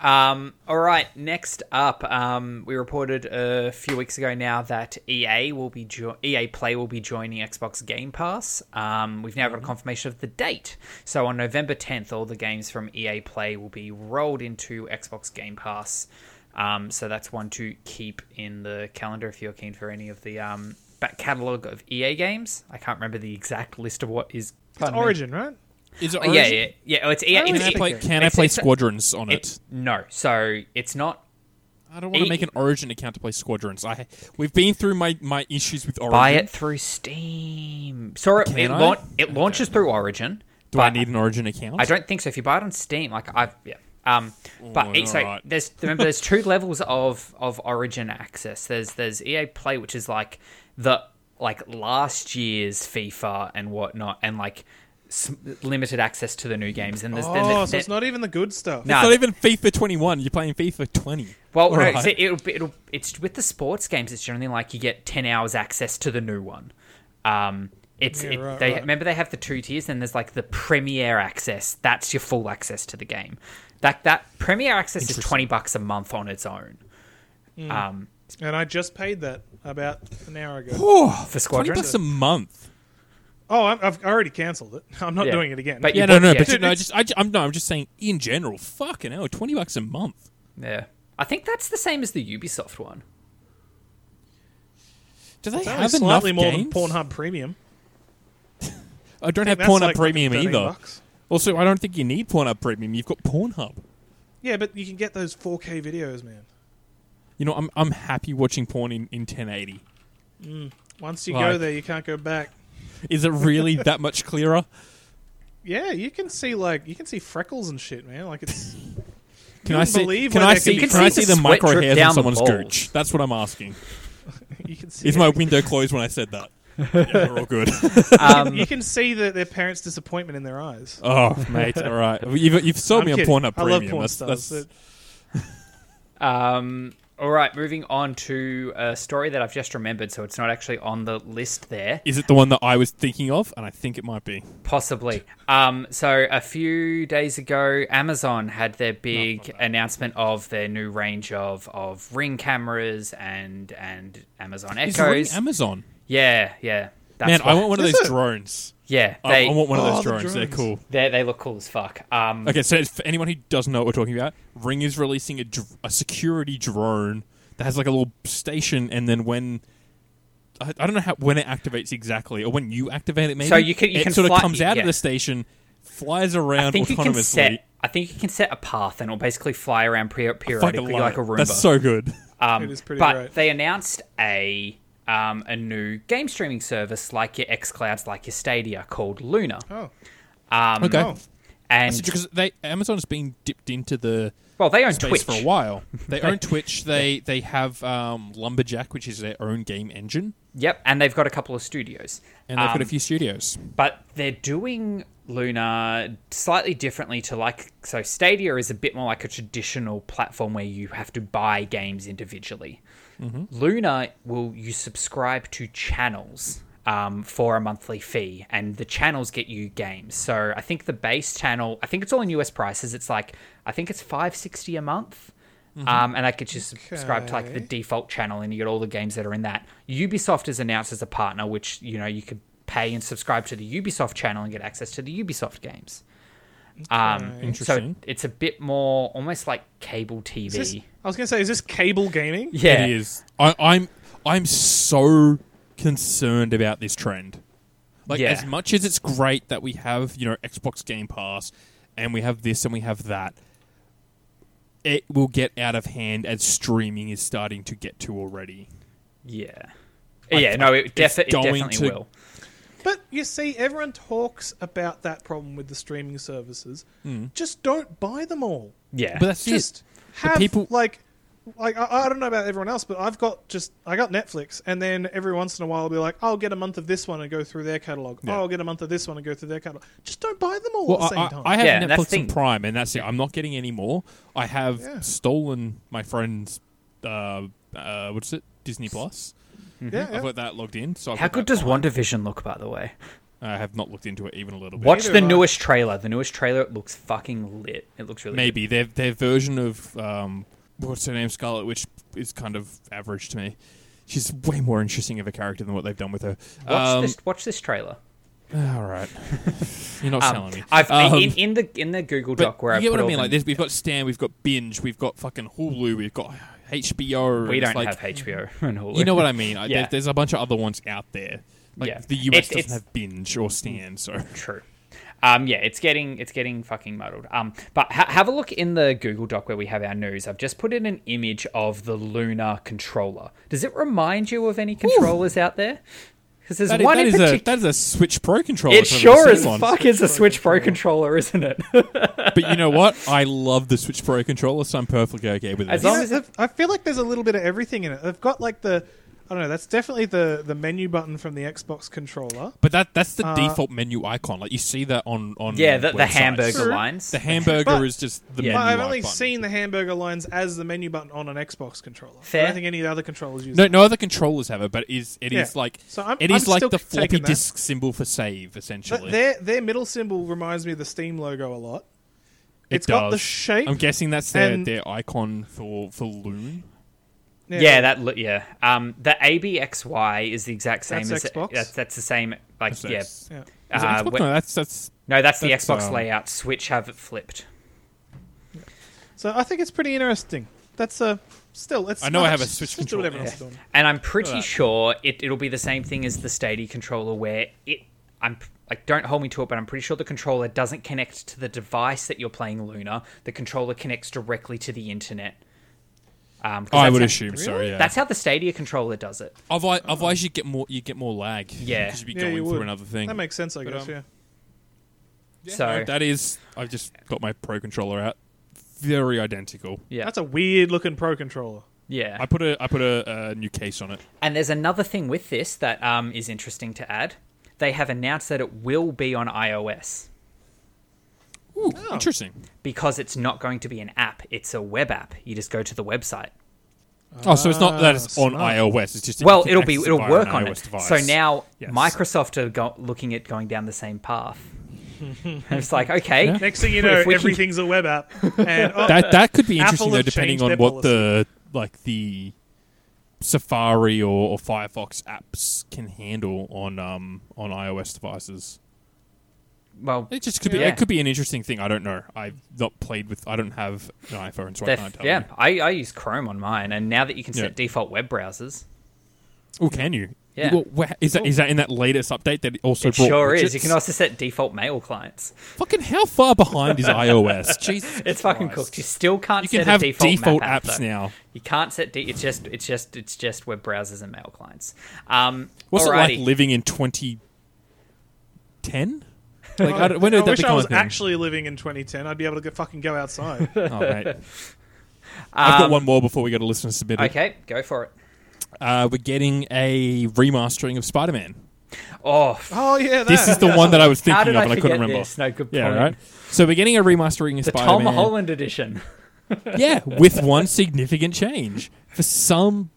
Um, all right, next up, um, we reported a few weeks ago now that EA will be jo- EA Play will be joining Xbox Game Pass. Um, we've now got a confirmation of the date. So on November 10th, all the games from EA Play will be rolled into Xbox Game Pass. Um, so that's one to keep in the calendar if you're keen for any of the um, back catalogue of EA games. I can't remember the exact list of what is.
It's
Pardon me.
Origin, right?
Is it
Oh, yeah,
Origin?
yeah, yeah. Oh, it's EA.
I
Can
it's,
I
It's-
play,
it's-
can I play
it's-
Squadrons on it?
it's- no, so it's not
I don't want to
it-
make an Origin account to play Squadrons. I we've been through my, my issues with Origin.
buy it through Steam. So it,
Can
it,
I?
laun- it launches through Origin.
Do
but
I need an Origin account?
I don't think so. If you buy it on Steam, like I've yeah. Um, but
Ooh,
it- so
alright.
there's remember there's two levels of of Origin access. There's there's EA Play, which is like the like last year's FIFA and whatnot, and like s- limited access to the new games. And there's then
Oh,
there's,
so it's not even the good stuff.
No.
It's not even FIFA 21. You're playing FIFA 20.
Well, no,
Alright.
so it'll, be- it'll it's with the sports games. It's generally like you get ten hours access to the new one. Um, it's
Yeah,
it,
right,
they
right.
remember they have the two tiers, and there's like the premiere access. That's your full access to the game. That that premiere access is
Interesting.
twenty bucks a month on its own. Um,
And I just paid that about an hour ago.
Oh,
for
20
Squadron,
bucks a month.
Oh, I'm, I've already cancelled it. I'm not
Yeah.
doing it again.
But you
Yeah, no,
bought-
no,
yeah.
but
Dude,
no, I
it's-
just, I, ju- I'm no, I'm just saying in general. Fucking hell, 20 bucks a month.
yeah, I think that's the same as the Ubisoft one.
Do they
it's only
have
slightly
enough
more
games?
than Pornhub Premium.
I don't have
That's
Pornhub
like
Premium
13
either.
bucks.
Also, I don't think you need Pornhub Premium. You've got Pornhub.
Yeah, but you can get those 4K videos, man.
You know, I'm I'm happy watching porn in, in 1080.
Once you go
Like-
there, you can't go back.
Is it really that much clearer?
Yeah, you can see like you can see freckles and shit, man. Like it's
Can
You
I
wouldn't
see?
believe
Can
where
I
that
see?
could
Can
be
I
from.
see
You can
the
see the sweat
micro
drip
hairs
down
on
the
someone's
balls.
gooch? That's what I'm asking.
you can see
Is my window closed when I said that? Yeah, we're all good.
you can see the, their parents' disappointment in their eyes.
oh, mate. All right. You've, you've sold
I'm
me on
kidding.
Pornhub
I love
Premium.
porn
that's,
stars.
that's,
Um, all right, moving on to a story that I've just remembered, so it's not actually on the list there.
Is it the one that I was thinking of? And I think it might be.
Possibly. Um, so a few days ago, Amazon had their big announcement of their new range of, of ring cameras and and Amazon
Is it really
Echoes.
Amazon?
yeah, yeah. That's
Man, I
why-
want one of
Is
those
it?
drones.
Yeah,
I,
they
I want one of
Oh,
those
the
drones. They're
drones.
cool.
they they look cool as fuck. Um,
Okay, so for anyone who doesn't know what we're talking about, Ring is releasing a, dr- a security drone that has like a little station, and then when I, I don't know how when it activates exactly, or when you activate it, maybe
So you can- you
it
can
sort
fly-
of comes out
yeah.
of the station, flies around
I think you can
autonomously.
set. I think you can set a path, and it'll basically fly around pre-
Fucking
periodically
love
like a
it.
Roomba.
That's so good.
Um,
It is pretty
but
great.
they announced a um, a new game streaming service like your XClouds, like your Stadia, called Luna.
oh,
Um,
Okay.
oh.
And
because they Amazon's been dipped into the
well, they own
space
Twitch
for a while. They own Twitch. They they have um, Lumberjack, which is their own game engine,
Yep, and they've got a couple of studios.
and they've got a
Um,
few studios.
but they're doing Luna slightly differently to like so Stadia is a bit more like a traditional platform where you have to buy games individually.
Mm-hmm.
Luna will you subscribe to channels um, for a monthly fee, and the channels get you games. So I think the base channel, I think it's all in US prices. It's like I think it's five sixty a month.
Mm-hmm.
Um, and that gets you subscribe to like the
Okay.
default channel and you get all the games that are in that. Ubisoft is announced as a partner, which you know you could pay and subscribe to the Ubisoft channel and get access to the Ubisoft games. Um,
Okay.
Interesting.
So it's a bit more almost like cable TV.
Is this- I was gonna say, is this cable gaming?
yeah,
It is. I, I'm I'm so concerned about this trend. Like
Yeah.
as much as it's great that we have you know Xbox Game Pass and we have this and we have that, it will get out of hand as streaming is starting to get to already.
yeah, yeah. No, it,
it's
defi- it
going
definitely
to-
will.
But you see, everyone talks about that problem with the streaming services.
Hmm.
Just don't buy them all.
Yeah,
But that's
Just
The
have
people-
like, like I, I don't know about everyone else, but I've got just I got Netflix, and then every once in a while I'll be like, I'll get a month of this one and go through their catalog.
Yeah.
Oh, I'll get a month of this one and go through their catalog. Just don't buy them all
Well,
at the same
I,
time.
I, I have
Yeah, and that's
Netflix
the
and
thing.
Prime, and that's it. I'm not getting any more. I have
Yeah.
stolen my friend's uh, uh, what's it Disney Plus.
yeah, yeah.
I've got that logged in. So I've
Mm-hmm. how
got
good
that
does WandaVision look, by the way?
I have not looked into it even a little bit.
Watch
Neither
the
have I.
newest trailer. The newest trailer looks fucking lit. It looks really
Maybe their their version of um, what's her name, Scarlet Witch, is kind of average to me. She's way more interesting of a character than what they've done with her.
Good. Watch
Um,
this. Watch this trailer.
All right, you're not
Um,
selling me.
I've
Um,
in, in the in the Google
but
Doc where
you
I
get
put
what I
all
mean. Like,
the-
there's, we've got Stan, we've got binge, we've got fucking Hulu, we've got HBO.
we
It's
don't
like,
have HBO and Hulu.
You know what I mean? I,
Yeah.
there, there's a bunch of other ones out there. Like
Yeah.
the
It's-
US
it's-
doesn't have binge or Stan, so
True. Um, yeah, it's getting it's getting fucking muddled. Um, but ha- have a look in the Google Doc where we have our news. I've just put in an image of the Lunar controller. Does it remind you of any controllers out there? Because there's
that is,
one
that
in
is a
particular.
that is a Switch Pro controller.
It
if I've ever
sure
seen
as
one.
fuck is a Switch Pro controller, isn't it?
But you know what? I love the Switch Pro controller, so I'm perfectly okay with it.
As
You
long
know,
as it-
I feel like there's a little bit of everything in it. They've got like the, I don't know. That's definitely the the menu button from the Xbox controller.
But that that's the
Uh,
default menu icon. Like you see that on on
yeah, the, the
websites.
hamburger
True.
lines.
The hamburger
But-
is just the
Yeah.
menu
But I've
icon.
only seen the hamburger lines as the menu button on an Xbox controller. I
Fair.
don't think any of the other controllers use.
no,
it.
no other controllers have it, but it is it is
Yeah.
like
So I'm-
it
I'm
is like
still
the floppy
taking that.
disk symbol for save essentially.
But their their middle symbol reminds me of the Steam logo a lot.
it
has got the
does.
shape.
I'm guessing that's their,
and-
their icon for for Loon.
Yeah, that lo- yeah. Um, the ABXY is the exact same
That's
as
Xbox?
That's, that's the same. Like
That's
yeah,
X.
Yeah.
Is it
Uh,
Xbox?
wh-
no, that's that's
no, that's the
That's,
Xbox
um,
layout. Switch have it flipped.
So I think it's pretty interesting. That's a still. It's
I know I have a
it's
Switch
just do whatever
controller.
else you're doing.
And I'm pretty
Right.
sure it, it'll be the same thing as the Stadia controller, where it. I'm like, don't hold me to it, but I'm pretty sure the controller doesn't connect to the device that you're playing Luna. The controller connects directly to the internet. Um, 'cause
I
that's
would
how-
assume so.
Really?
Yeah.
That's how the Stadia controller does it.
otherwise, otherwise you get more you get more lag.
Yeah.
because you'd be
Yeah,
going
you
through
would.
another thing.
That makes sense, I
But,
guess.
um,
yeah.
Yeah,
So-
no, that is. I've just got my pro controller out. Very identical.
Yeah,
That's a weird looking pro controller.
yeah.
I put a I put a, a new case on it.
And there's another thing with this that um, is interesting to add. They have announced that it will be on iOS
Ooh,
Oh.
interesting.
because it's not going to be an app, it's a web app. You just go to the website.
Oh, so it's not that it's on
smart.
iOS. It's just that
Ah, Well,
you can
it'll be
access it
it'll
via
work
an
on
iOS
it.
Device.
So now
Yes.
Microsoft are go- looking at going down the same path. And it's like okay,
Yeah.
Next thing you know,
If we can-
everything's a web app. And oh,
that that could be
Apple
interesting though,
have
depending
changed
on
their
what the like the Safari or, or Firefox apps can handle on um on iOS devices.
well,
It just could be.
Yeah.
It could be an interesting thing. I don't know. I've not played with. I don't have an iPhone, so I
they're-
can't tell.
yeah, I, I use Chrome on mine, and now that you can set
Yeah.
default web browsers,
Oh, can you?
Yeah.
Well, wha- is that is that in that latest update that it also
it
brought?
sure is. You
widgets?
can also set default mail clients.
fucking how far behind is iOS? Jesus,
It's fucking
Christ.
cooked. You still can't.
You can
set a
have
default,
default
map app,
apps
though.
now.
You can't set. De- it's just. It's just. It's just web browsers and mail clients. Um,
What's
alrighty.
it like living in 2010? Like,
I,
I don't- when did
I
that
wish
become
I was
a thing?
actually living in 2010. I'd be able to go, fucking go outside.
Oh, mate. I've got one more before we go to listener submitted.
Um, Okay, go for it.
Uh, we're getting a remastering of Spider-Man.
Oh, f-
oh yeah, that.
This is the one that I was
how
thinking
did
of,
I
and I
forget
couldn't remember.
this? No, good
Yeah,
point.
right. So we're getting a remastering of
The
Spider-Man.
Tom Holland edition.
Yeah, with one significant change. For some,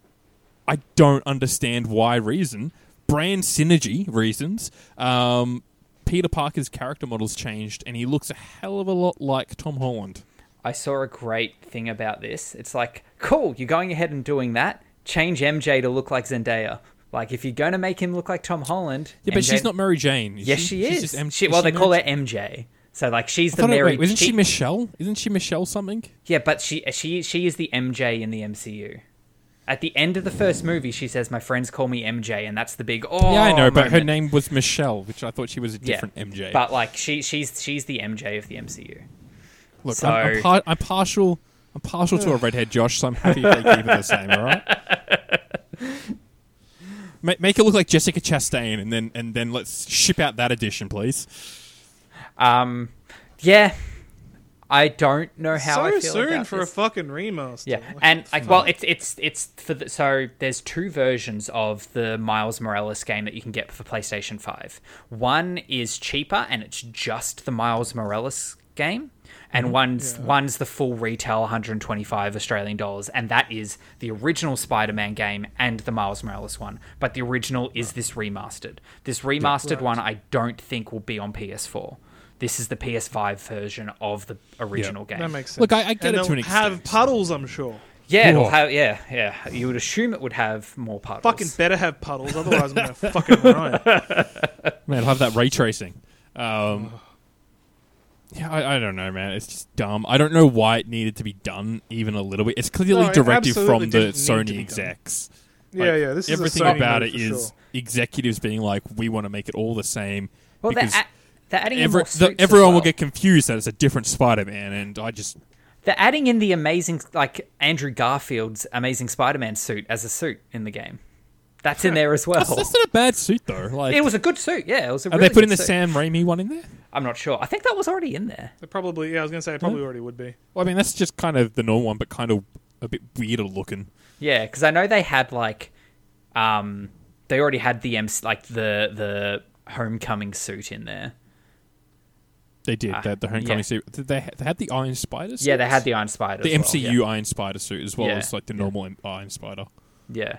I don't understand why reason, brand synergy reasons, um, Peter Parker's character model's changed and he looks a hell of a lot like Tom Holland.
I saw a great thing about this. It's like, cool, you're going ahead and doing that. Change MJ to look like Zendaya. Like, if you're going to make him look like Tom Holland.
Yeah, but
MJ
she's not Mary Jane. is
Yes, she
She's
is.
just M-
she,
is
well,
she
they call
Mary-
her MJ. So, like, she's the
Thought it-
Mary.
wait, isn't she,
she-
Michelle? Isn't she Michelle something?
Yeah, but she uh, she she is the MJ in the MCU. At the end of the first movie, she says, "My friends call me MJ," and that's the big oh.
Yeah, I know, but her
moment.
name was Michelle, which I thought she was a
Yeah.
different MJ.
But like, she she's she's the MJ of the MCU.
Look,
so-
I'm, I'm, par- I'm partial. I'm partial to a redhead, Josh. So I'm happy if they keep it the same. All right. Make, make it look like Jessica Chastain, and then and then let's ship out that edition, please.
Um, yeah, I don't know how
so
I feel
soon
about
for
this.
a fucking remaster.
Yeah,
Like,
and like, well, it's it's it's for the, so there's two versions of the Miles Morales game that you can get for PlayStation Five. One is cheaper, and it's just the Miles Morales game, and one's
Mm-hmm. Yeah.
one's the full retail 125 Australian dollars, and that is the original Spider-Man game and the Miles Morales one. But the original is this remastered. This remastered one, I don't think will be on PS4. This is the PS5 version of the original game.
That makes sense.
Look, I- I get
and
it to
they'll
an
Have
extent.
puddles, I'm sure.
yeah, it'll
Whoa.
have, yeah, yeah. You would assume it would have more puddles.
Fucking better have puddles, otherwise I'm gonna fucking riot.
Man, I'll have that ray tracing. Um, yeah, I, I don't know, man. It's just dumb. I don't know why it needed to be done even a little bit. It's clearly
No, it
directive
absolutely
from the
didn't need to
Sony
be
execs.
Yeah,
Like,
yeah. This is
everything
a Sony
about
move
it
for
is
sure.
executives being like, "We want to make it all the same."
Well, they're,
because
a- they're adding in
every-
more
the-
suits as
everyone will
well.
get confused that it's a different Spider-Man, and I just
They're adding in the amazing, like Andrew Garfield's Amazing Spider-Man suit as a suit in the game. That's in there as well.
that's, that's not a bad suit though. Like,
Oh. it was a good suit, yeah. It was
are
a really
they putting the
good suit.
Sam Raimi one in there?
I'm not sure. I think that was already in there.
It probably, yeah, I was gonna say it probably already would be.
Well, I mean, that's just kind of the normal one, but kind of a bit weirder looking.
Yeah, because I know they had like, um, they already had the MC, like the the homecoming suit in there.
They did
Ah,
the, the Homecoming
yeah.
suit. Did they, ha- they had the Iron Spider.
Yeah, they
suits?
had the Iron Spider.
the
as well,
MCU Iron Spider suit as well
Yeah.
as like the normal Im- Iron Spider.
Yeah. yeah.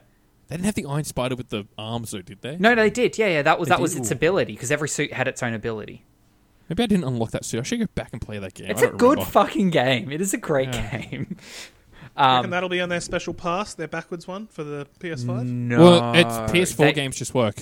They didn't have the Iron Spider with the arms though, did they?
No, they did. Yeah, yeah. That was
They
that was
did?
its
Ooh.
ability because every suit had its own ability.
Maybe I didn't unlock that suit. I should go back and play that game.
It's
I
a
don't
good
remember.
fucking game. It is a great
Yeah.
game.
Um,
Reckon that'll be on their special pass, their backwards one for the PS5.
No.
Well, it's PS4
They-
games just work.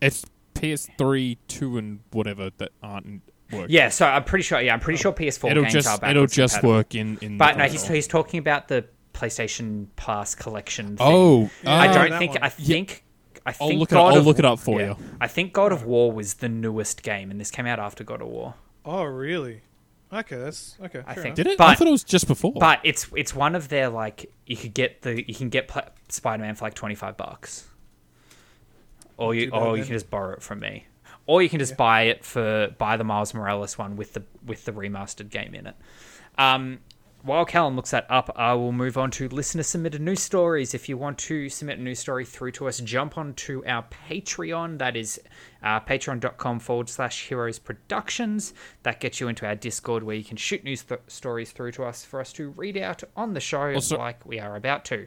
It's PS3, two, and whatever that aren't work.
Yeah, so I'm pretty sure. Yeah, I'm pretty sure PS4
Oh, it'll
games are
just
backwards
it'll just
compatible.
work Oh. in in. the
But no, he's,
console.
he's talking about the PlayStation Plus collection. Thing.
oh,
I
ah,
Yeah,
don't
that
think.
one.
I think. I
I'll
think
look it up-
God
I'll
of
look it
War-
up for you.
I think God of War was the newest game, and this came out after God of War.
Oh, really? Okay, that's okay.
I
fair
think-
enough.
Did it? I
But-
thought it was just before.
But it's it's one of their like you could get the you can get pla Spider Man for like twenty five bucks, or you
Too bad
or you
then.
can just borrow it from me, or you can just buy it for buy the Miles Morales one with the with the remastered game in it. Um, while Callum looks that up, I will move on to listener submitted news stories. If you want to submit a news story through to us, jump on to our Patreon. That is uh, patreon.com forward slash heroes productions. That gets you into our Discord where you can shoot news th- stories through to us for us to read out on the show
Also-
like we are about to.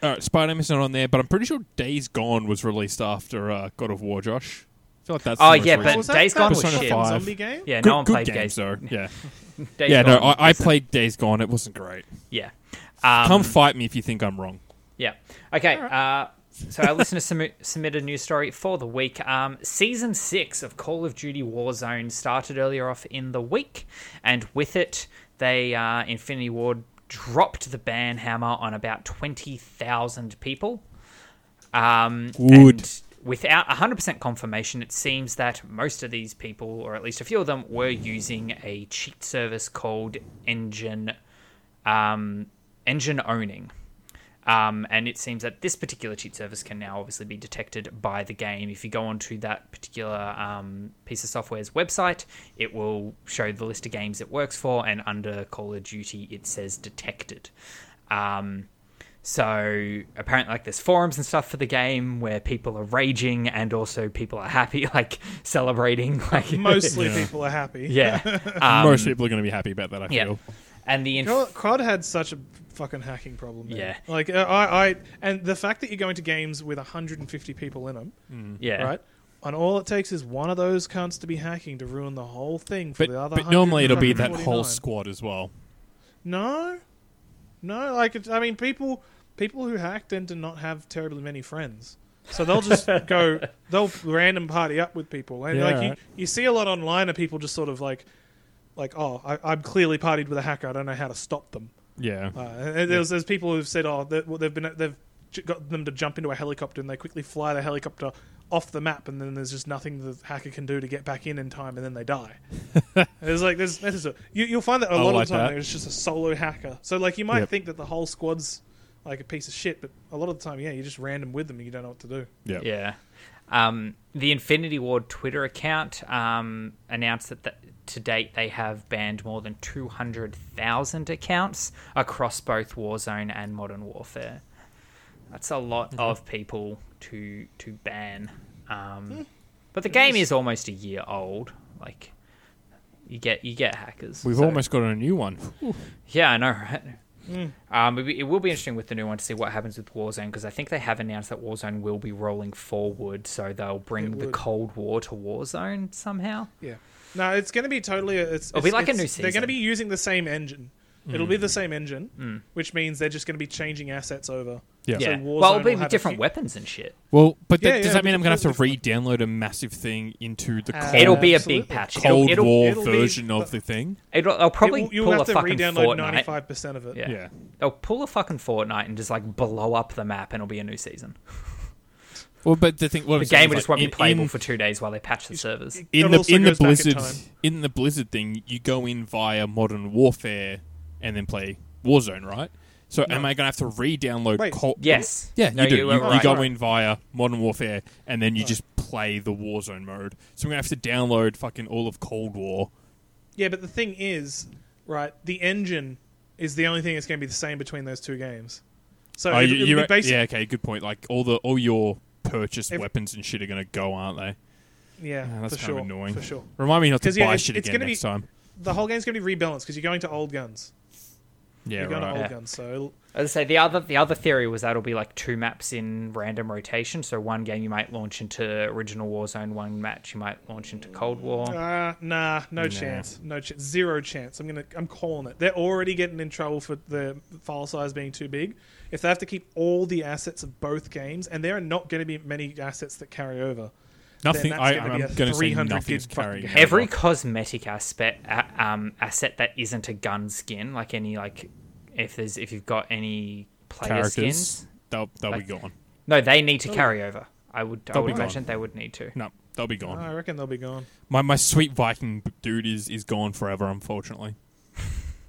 All right, Spider Man's not on there, but I'm pretty sure Days Gone was released after uh, God of War. Josh, I feel like that's the
Oh,
most
yeah,
recent.
but
was that
Days Gone
kind of
was
Persona
shit.
five.
Zombie game.
Yeah,
good,
no one
good
played
games
Days,
though. Yeah,
Days
yeah. No,
Gone
I, I
was-
played Days Gone. It wasn't great.
Yeah. Um,
Come fight me if you think I'm wrong.
Yeah. Okay. Uh, so our listener submi- submitted a news story for the week. Um, season six of Call of Duty Warzone started earlier off in the week, and with it, they uh, Infinity Ward dropped the ban hammer on about twenty thousand people. Um,
Good.
and without 100% confirmation, it seems that most of these people, or at least a few of them, were using a cheat service called Engine um, Engine Owning. Um, and it seems that this particular cheat service can now obviously be detected by the game. If you go onto that particular um, piece of software's website, it will show the list of games it works for, and under Call of Duty, it says detected. Um, so apparently, like there's forums and stuff for the game where people are raging and also people are happy, like celebrating. Like
Mostly people are happy.
yeah, Um,
Most people are going to be happy about that. I
yeah.
feel.
And the inf-
You know what? COD had such a fucking hacking problem. man.
Yeah.
Like uh, I, I, and the fact that you go into games with 150 people in them,
yeah,
right? And all it takes is one of those cunts to be hacking to ruin the whole thing for
But,
the other.
but normally it'll be that
149.
whole squad as well.
No, no. Like it's, I mean, people people who hack tend to not have terribly many friends, so they'll just go they'll random party up with people, and
Yeah,
like you,
right.
you see a lot online of people just sort of like like oh I, I'm clearly partied with a hacker. I don't know how to stop them.
Yeah.
Uh, and there's, there's people who've said, oh, that, well, they've been they've j- got them to jump into a helicopter and they quickly fly the helicopter off the map, and then there's just nothing the hacker can do to get back in in time, and then they die. it's like there's, there's a, you, you'll find that a
I
lot
like
of the time
that.
it's just a solo hacker. So like you might
Yep.
think that the whole squad's like a piece of shit, but a lot of the time, yeah, you're just random with them and you don't know what to do.
yeah.
Yeah. Um, the Infinity Ward Twitter account um, announced that the, to date they have banned more than 200,000 accounts across both Warzone and Modern Warfare. That's a lot
Mm-hmm.
of people to to
Hmm.
ban. Um, but the game is almost a year old. Like you get you get hackers.
We've
so-
almost got a new one.
yeah, I know, right?
Mm.
Um, it, it will be interesting with the new one to see what happens with Warzone because I think they have announced that Warzone will be rolling forward, so they'll bring
It
the
would.
Cold War to Warzone somehow.
Yeah. No, it's going to be totally. It's,
It'll be
it's-
like a
it's-
new
They're
season. Mm.
going to be using the same engine. It'll be
Mm.
the same engine, which means they're just going to be changing assets over.
Yeah.
Yeah,
So
well, it'll be
Warzone will
with
have a
different
few-
weapons and shit.
Well, but
Yeah,
that,
yeah,
does that
it'll
mean
be
I'm going to have to
completely
re-download a massive thing into the
Uh,
Cold,
It'll be a
absolutely.
big patch. It'll,
Cold
it'll,
War
it'll be-
version of the thing?
It'll, they'll probably
It will- you'll
pull
have
a
to
fucking
re-download
Fortnite.
ninety-five percent of it.
Yeah.
Yeah.
They'll pull a fucking Fortnite and just like blow up the map, and it'll be a new season.
Well, but the thing, what
The
I'm saying is,
game will
like,
just won't be
in-
playable
in-
for two days while they patch the servers.
in
It
the
also
in the
goes back in
Blizzard
time.
in the Blizzard thing, you go in via Modern Warfare and then play Warzone, right? So am I going to have to re-download?
Wait.
Cold-
Yes.
Yeah,
No,
you do.
you
You,
were
you
right.
go in via Modern Warfare and then you just play the Warzone mode. So I'm going to have to download fucking all of Cold War.
Yeah, but the thing is, right? The engine is the only thing that's going to be the same between those two games. So
Oh,
it,
you,
it'll
you
be
re-
basic-
yeah, okay, good point. Like all the all your purchased
If-
weapons and shit are going to go, aren't they?
yeah,
Yeah, Ah, that's
for
kind
sure,
of annoying.
For sure,
Remind me not to
'Cause,
buy
yeah, it's-
shit
it's
again
gonna be-
next time.
the whole game's going to be rebalanced because you're going to old guns.
Yeah,
You're going
right.
to old
Yeah.
guns. So it'll-
As I say, the other the other theory was that it'll be like two maps in random rotation. So one game you might launch into original Warzone, one match you might launch into Cold War.
Uh, nah, no chance, no chance, zero chance. I'm gonna, I'm calling it. They're already getting in trouble for the file size being too big. If they have to keep all the assets of both games, and there are not going to be many assets that carry over.
Nothing.
that's
I,
gonna
I'm
be a
going to say
300
nothing's
gig fucking
carrying.
game.
over.
Every cosmetic aspect a- um, asset that isn't a gun skin, like any like if there's if you've got any player
characters,
skins,
they'll they'll
Like-
be gone.
no, they need to carry over. I would I
They'll
would
be gone. Hmm.
imagine they would need to.
No, they'll be gone.
I reckon they'll be gone.
My my sweet Viking b- dude is is gone forever, unfortunately.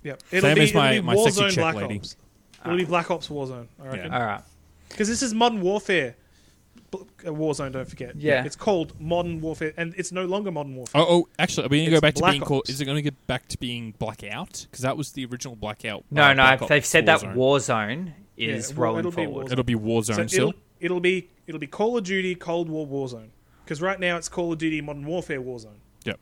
Yep. It'll
Same
be,
as my-
it'll be
my sexy
Warzone
chick
Black
lady.
Ops. It'll be Black Ops Warzone. I reckon
All right.
because this is Modern Warfare. B- uh, Warzone, don't forget.
Yeah.
It's called Modern Warfare, and it's no longer Modern Warfare.
Oh, oh actually, are we going to go
It's
back to
Black
being called?
Ops.
Is it going to get back to being Blackout? Because that was the original Blackout.
No,
uh,
no,
Black
they've
Ops
said
Warzone.
that Warzone is
Yeah, well,
rolling
it'll be
forward.
Warzone.
It'll be Oh, Warzone
So
still.
it'll, it'll be it'll be Call of Duty Cold War Warzone because right now it's Call of Duty Modern Warfare Warzone.
Yep.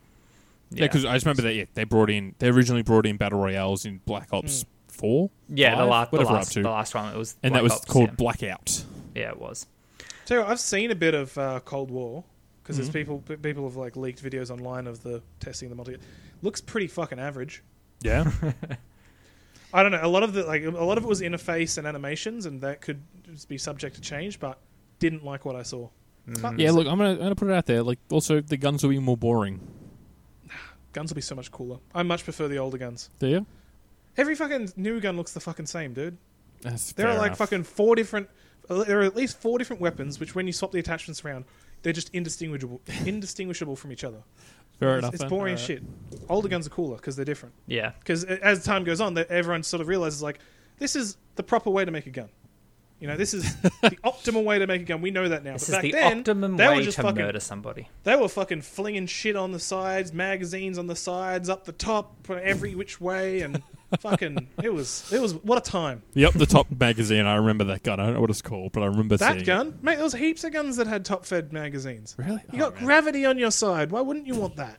Yeah, because I just remember that yeah, they brought in. They originally brought in battle royales in Black Ops Four.
Hmm. yeah, the,
five,
la- the
whatever
last
we're
the
up to,
last one it was
and
Black
that was
Ops,
called
yeah.
Blackout.
yeah, it was.
So I've seen a bit of uh, Cold War because
Mm-hmm.
there's people p- people have like leaked videos online of the testing the multi. Looks pretty fucking average.
Yeah,
I don't know. A lot of the like a lot of it was interface and animations, and that could just be subject to change. But didn't like what I saw. But
yeah. Look, I'm gonna I'm gonna put it out there. Like, also the guns will be more boring.
guns will be so much cooler. I much prefer the older guns.
Do you?
Every fucking new gun looks the fucking same, dude.
That's
There
fair
are like
enough.
fucking four different. uh, There are at least four different weapons, which when you swap the attachments around, they're just indistinguishable, indistinguishable from each other.
Fair
It's,
enough.
it's
then.
boring as
Alright.
shit. Older guns are cooler because they're different.
Yeah.
Because as time goes on, that everyone sort of realizes like this is the proper way to make a gun. You know, this is the optimal way to make a gun. We know that now.
This is
but back
the
then,
optimum
they
way
were
to
just fucking,
murder somebody.
They were fucking flinging shit on the sides, magazines on the sides, up the top, every which way, and fucking it was it was what a time.
Yep, the top magazine. I remember that gun. I don't know what it's called, but I remember seeing
That
it.
gun, mate. There was heaps of guns that had top fed magazines.
Really?
You
Oh,
got
man.
gravity on your side. Why wouldn't you want that?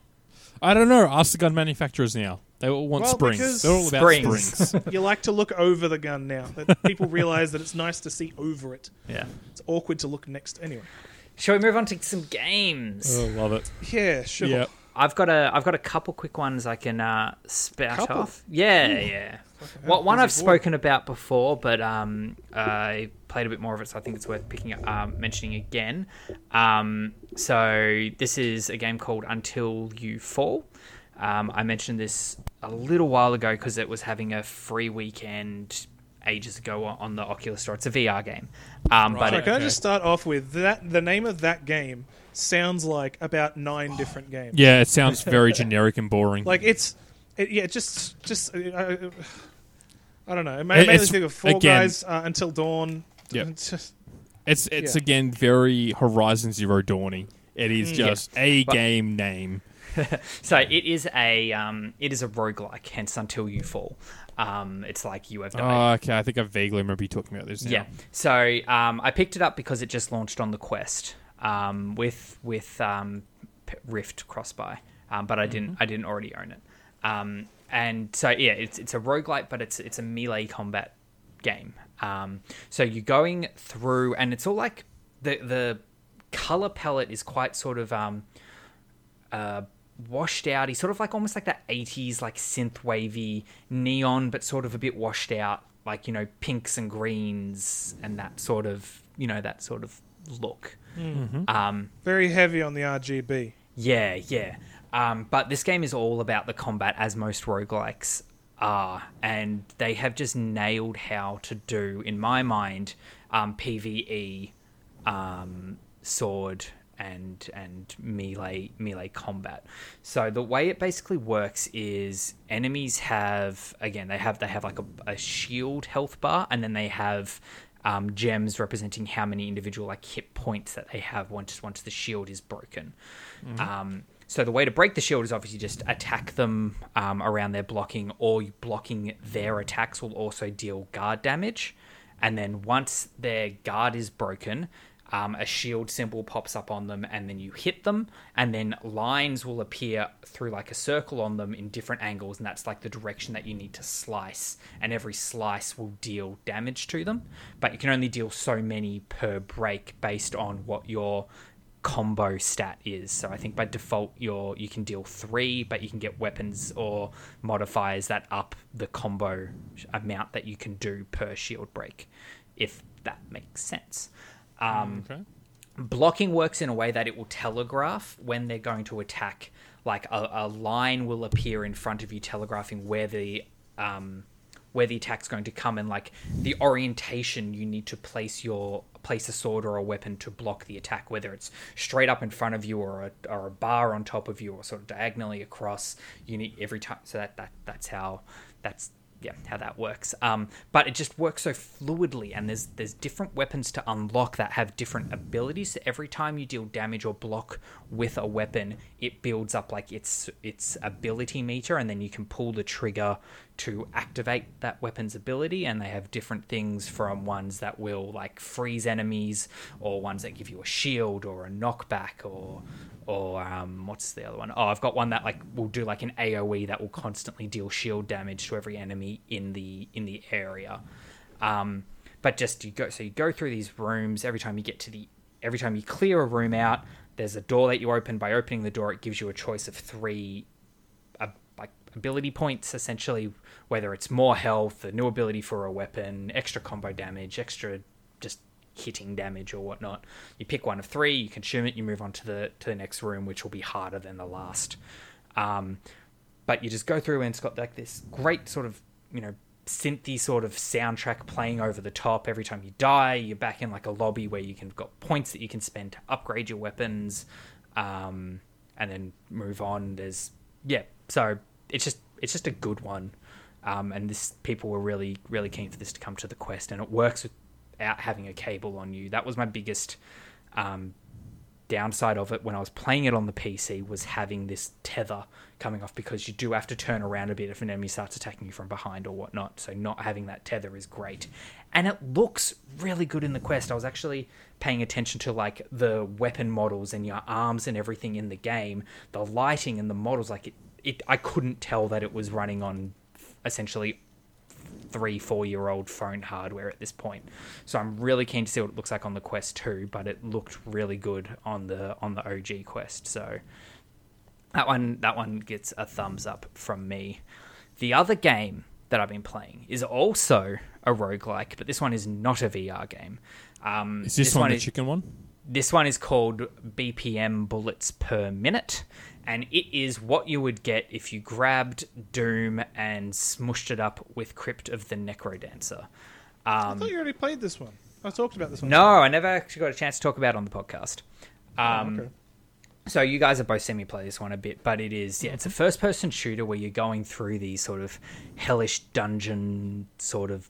I don't know. Ask the gun manufacturers now. They all want
Well,
springs.
because
They're all about
Springs.
springs.
You like to look over the gun now. That people realize that it's nice to see over it.
Yeah.
It's awkward to look next. Anyway.
Shall we move on to some games?
oh, love it.
Yeah, sure.
Yeah.
I've got a I've got a couple quick ones I can uh, spout
Couple?
off. Yeah, yeah. Well, one I've spoken about before, but um, I played a bit more of it, so I think it's worth picking up, um, mentioning again. Um, so this is a game called Until You Fall. Um, I mentioned this a little while ago because it was having a free weekend ages ago on the Oculus Store. It's a VR game, um, but
Right.
Sorry,
it,
can I
Okay.
just start off with that? The name of that game sounds like about nine different games.
Yeah, it sounds very generic and boring.
Like it's, it, yeah, just just. Uh, uh, I don't know. It
It-
made, made me
it's-
think of Fall
again-
Guys uh, until dawn.
Yep.
It's just-
it's it's
yeah.
again very Horizon Zero Dawny. It is just a game name.
So it is a um, it is a roguelike, hence until you fall. Um, it's like you have died.
Oh, okay, I think I vaguely remember you talking about this. Now.
yeah. So um, I picked it up because it just launched on the Quest um, with with um, P- Rift cross by. um, but I didn't I didn't already own it. Um, and so yeah, it's it's a roguelite, but it's it's a melee combat game. Um, so you're going through, and it's all like the the color palette is quite sort of um, uh, washed out. He's sort of like almost like that 80s, like synth wavy neon, but sort of a bit washed out, like, you know, pinks and greens and that sort of, you know, that sort of look. Um,
Very heavy on the RGB.
yeah, yeah. Um, but this game is all about the combat, as most roguelikes are, and they have just nailed how to do, in my mind, um, PVE, um, sword, and and melee melee combat. So the way it basically works is enemies have again they have they have like a, a shield health bar, and then they have um, gems representing how many individual like hit points that they have once once the shield is broken. Um, so the way to break the shield is obviously just attack them um, around their blocking, or you- blocking their attacks will also deal guard damage. And then once their guard is broken, um, a shield symbol pops up on them, and then you hit them, and then lines will appear through like a circle on them in different angles, and that's like the direction that you need to slice, and every slice will deal damage to them, but you can only deal so many per break based on what your combo stat is. So I think by default you're you can deal three, but you can get weapons or modifiers that up the combo sh- amount that you can do per shield break, if that makes sense. Um,
Okay.
blocking works in a way that it will telegraph when they're going to attack. Like a, a line will appear in front of you, telegraphing where the um, where the attack's going to come, and like the orientation you need to place your place a sword or a weapon to block the attack, whether it's straight up in front of you or a, or a bar on top of you or sort of diagonally across. You need every time, so that, that that's how that's yeah, how that works. Um, but it just works so fluidly, and there's there's different weapons to unlock that have different abilities. So every time you deal damage or block with a weapon, it builds up like its its ability meter, and then you can pull the trigger to activate that weapon's ability. And they have different things from ones that will like freeze enemies, or ones that give you a shield or a knockback, or or um, what's the other one? Oh, I've got one that like will do like an AOE that will constantly deal shield damage to every enemy in the in the area. Um, but just you go so you go through these rooms every time you get to the every time you clear a room out. There's a door that you open. By opening the door, it gives you a choice of three a, like ability points essentially whether it's more health a new ability for a weapon extra combo damage extra just hitting damage or whatnot you pick one of three you consume it you move on to the to the next room which will be harder than the last um, but you just go through and it's got like this great sort of you know synthy sort of soundtrack playing over the top every time you die you're back in like a lobby where you can got points that you can spend to upgrade your weapons um, and then move on there's yeah so it's just it's just a good one um, and this people were really really keen for this to come to the quest and it works without having a cable on you that was my biggest um, downside of it when I was playing it on the PC was having this tether coming off because you do have to turn around a bit if an enemy starts attacking you from behind or whatnot. So not having that tether is great. And it looks really good in the quest. I was actually paying attention to like the weapon models and your arms and everything in the game, the lighting and the models like it, it I couldn't tell that it was running on essentially three, four year old phone hardware at this point. So I'm really keen to see what it looks like on the Quest 2, but it looked really good on the on the OG Quest. So that one that one gets a thumbs up from me. The other game that I've been playing is also a roguelike, but this one is not a VR game. Um,
Is this, one, the
is-
chicken one?
this one is called BPM bullets per minute, and it is what you would get if you grabbed Doom and smushed it up with Crypt of the Necrodancer.
I thought you already played this one. I talked about this one.
No, I never actually got a chance to talk about it on the podcast. Um,
okay.
So you guys have both seen me play this one a bit, but it is yeah, it's a first-person shooter where you're going through these sort of hellish dungeon sort of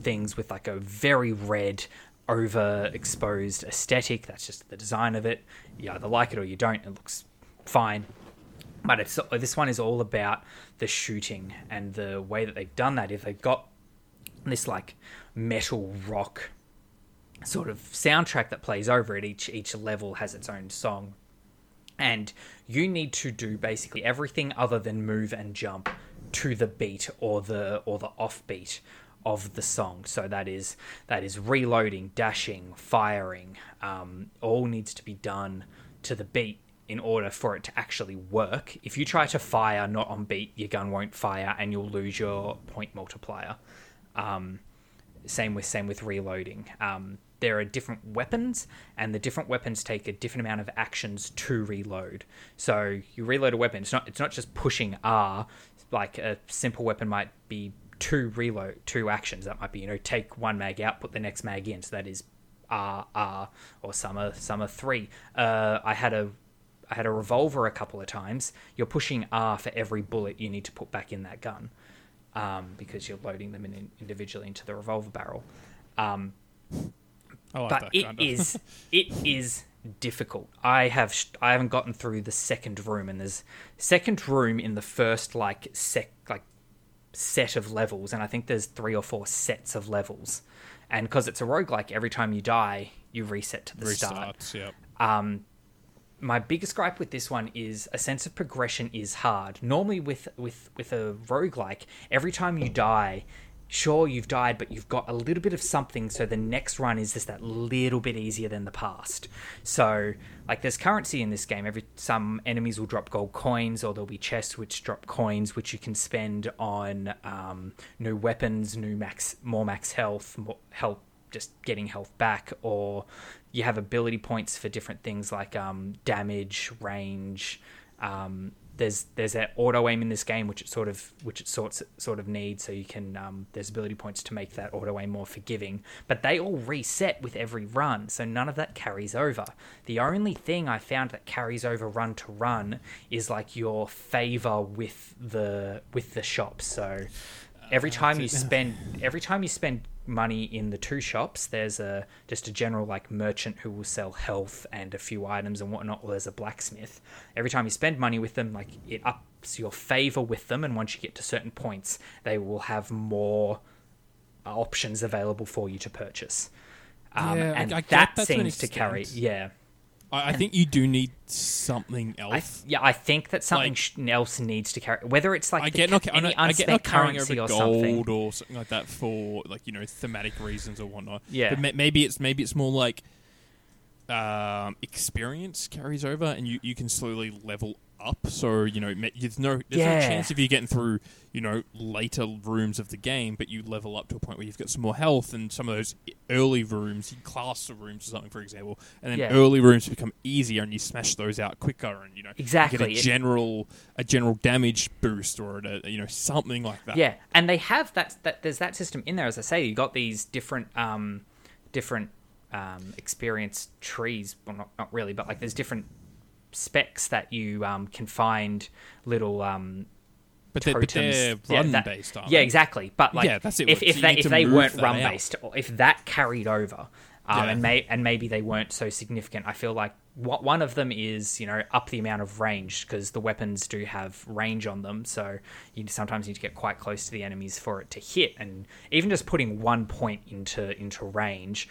things with like a very red overexposed aesthetic that's just the design of it you either like it or you don't it looks fine but it's this one is all about the shooting and the way that they've done that if they've got this like metal rock sort of soundtrack that plays over it each each level has its own song and you need to do basically everything other than move and jump to the beat or the or the offbeat of the song. So that is that is reloading, dashing, firing. Um, all needs to be done to the beat in order for it to actually work. If you try to fire not on beat, your gun won't fire, and you'll lose your point multiplier. Um, same with same with reloading. Um, there are different weapons, and the different weapons take a different amount of actions to reload. So you reload a weapon. It's not it's not just pushing R. Like a simple weapon might be two reload two actions. That might be you know take one mag out, put the next mag in. So that is R R or some are some are three. Uh, I had a I had a revolver a couple of times. You're pushing R for every bullet you need to put back in that gun um, because you're loading them in individually into the revolver barrel. Um,
I like
but
that
it
kind of.
is it is difficult. I have sh- I haven't gotten through the second room, and there's second room in the first like sec like set of levels, and I think there's three or four sets of levels. And because it's a roguelike, every time you die, you reset to the start
restarts. Yep.
my biggest gripe with this one is a sense of progression is hard. Normally with with with a roguelike, every time you die, sure you've died, but you've got a little bit of something, so the next run is just that little bit easier than the past. So like there's currency in this game. Every some enemies will drop gold coins or there'll be chests which drop coins which you can spend on um, new weapons, new max more max health, more health just getting health back, or you have ability points for different things like um, damage, range. Um, there's there's that auto aim in this game, which it sort of which it sorts sort of needs. So you can um, there's ability points to make that auto aim more forgiving, but they all reset with every run, so none of that carries over. The only thing I found that carries over run to run is like your favor with the with the shop. So
Uh,
every time you spend every time you spend money in the two shops there's a just a general like merchant who will sell health and a few items and whatnot or there's a blacksmith every time you spend money with them like it ups your favor with them and once you get to certain points they will have more uh, options available for you to purchase um,
Yeah, I-
and
I get
that,
that to an
seems to carry
extent.
yeah
I, I think you do need something
I,
else.
yeah, I think that something
Like-
sh- else needs to carry. Whether it's like
I
the
get
ca-
not. I,
any
know- I get
unspent
not carrying over
currency or
gold
something.
or something like that for like you know thematic reasons or whatnot.
Yeah.
but ma- maybe it's maybe it's more like um, experience carries over, and you, you can slowly level up. So you know ma- there's no there's no
Yeah.
chance of you getting through you know later rooms of the game, but you level up to a point where you've got some more health, and some of those e, early rooms, you class the rooms or something, for example, and then
Yeah.
early rooms become easier, and you smash those out quicker, and you know you
Exactly.
get
It-
a general a general damage boost or a, you know something like that.
Yeah, and they have that, that. There's that system in there, as I say. You got these different, um, different um, experience trees. Well, not not really, but like there's different specs that you um, can find little um,
but they're, but
totems.
they're
Yeah,
run
that-
based, aren't
Yeah,
they?
exactly. But like,
Yeah, that's it.
If,
So
if
you
they
need
if
to
they
move
weren't
that
run
out.
based, or if that carried over,
Yeah.
um, and may and maybe they weren't so significant, I feel like what one of them is you know up the amount of range because the weapons do have range on them, so you sometimes need to get quite close to the enemies for it to hit, and even just putting one point into into range.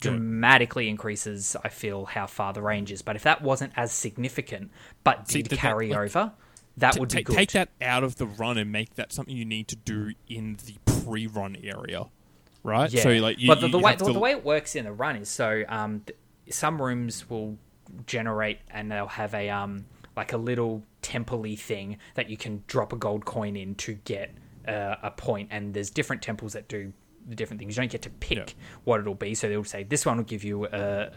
Dramatically increases, I feel, how far the range is. But if that wasn't as significant, but did
See, that- that-
carry
like,
over, that
Ta-
would be
take-
good.
Take that out of the run and make that something you need to do in the pre-run area, right?
Yeah.
So like, you,
but the,
you
the way
have
the,
to-
the way it works in the run is so um, th- some rooms will generate and they'll have a um, like a little temple-y thing that you can drop a gold coin in to get uh, a point, and there's different temples that do different things. You don't get to pick what it'll be, so they'll say this one will give you a,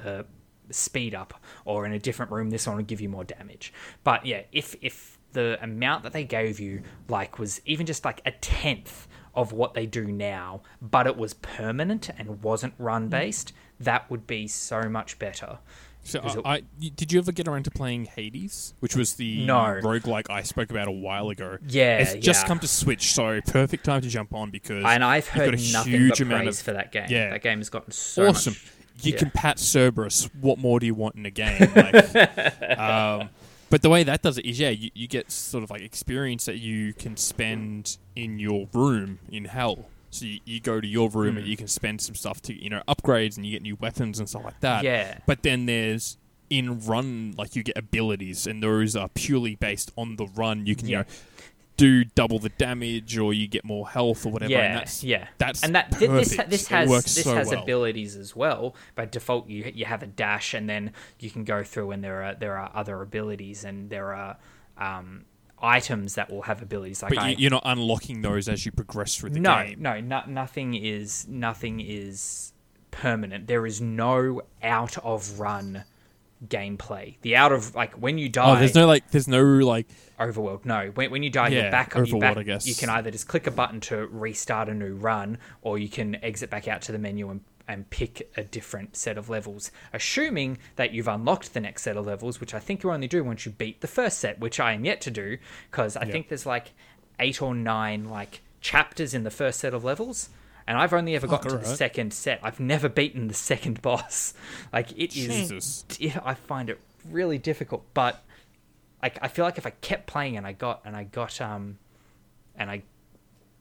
a speed up, or in a different room, this one will give you more damage. But yeah, if if the amount that they gave you like was even just like a tenth of what they do now, but it was permanent and wasn't run based, that would be so much better.
So
Because it-
I, I- y- did you ever get around to playing Hades, which was the
No.
roguelike I spoke about a while ago?
Yeah,
it's just
yeah.
come to Switch, so perfect time to jump on because
and I've
you've
heard
got a
nothing
huge
but
amount
praise
of
for that game.
Yeah.
That game has gotten so
awesome.
much-
You
yeah.
can pat Cerberus. What more do you want in a game? Like, um, but the way that does it is, yeah, you, you get sort of like experience that you can spend in your room in hell. So you, you go to your room
Hmm.
and you can spend some stuff to you know upgrades and you get new weapons and stuff like that.
Yeah.
But then there's in run, like you get abilities, and those are purely based on the run. You can you
Yeah.
know do double the damage, or you get more health, or whatever. and
Yeah,
that's,
yeah.
that's
and that thi- this
perfect.
this
It
has
works
this
so
has
well.
abilities as well. By default, you you have a dash, and then you can go through, and there are there are other abilities, and there are um, items that will have abilities. Like
But
I,
you, you're not unlocking those as you progress through the
no,
game.
no, no, nothing is nothing is permanent. There is no out of run gameplay. The out of like when you
Oh,
die,
there's no like, there's no like,
overworld. No, when, when you die,
Yeah,
you're back up. you
overworld,
back,
I guess.
you can either just click a button to restart a new run, or you can exit back out to the menu and and pick a different set of levels, assuming that you've unlocked the next set of levels, which I think you only do once you beat the first set, which I am yet to do because I think there's like eight or nine like chapters in the first set of levels. And I've only ever got to the
Oh, alright.
second set. I've never beaten the second boss. Like it is
Jesus.
yeah, I find it really difficult. But like, I feel like if I kept playing and I got and I got um, and I,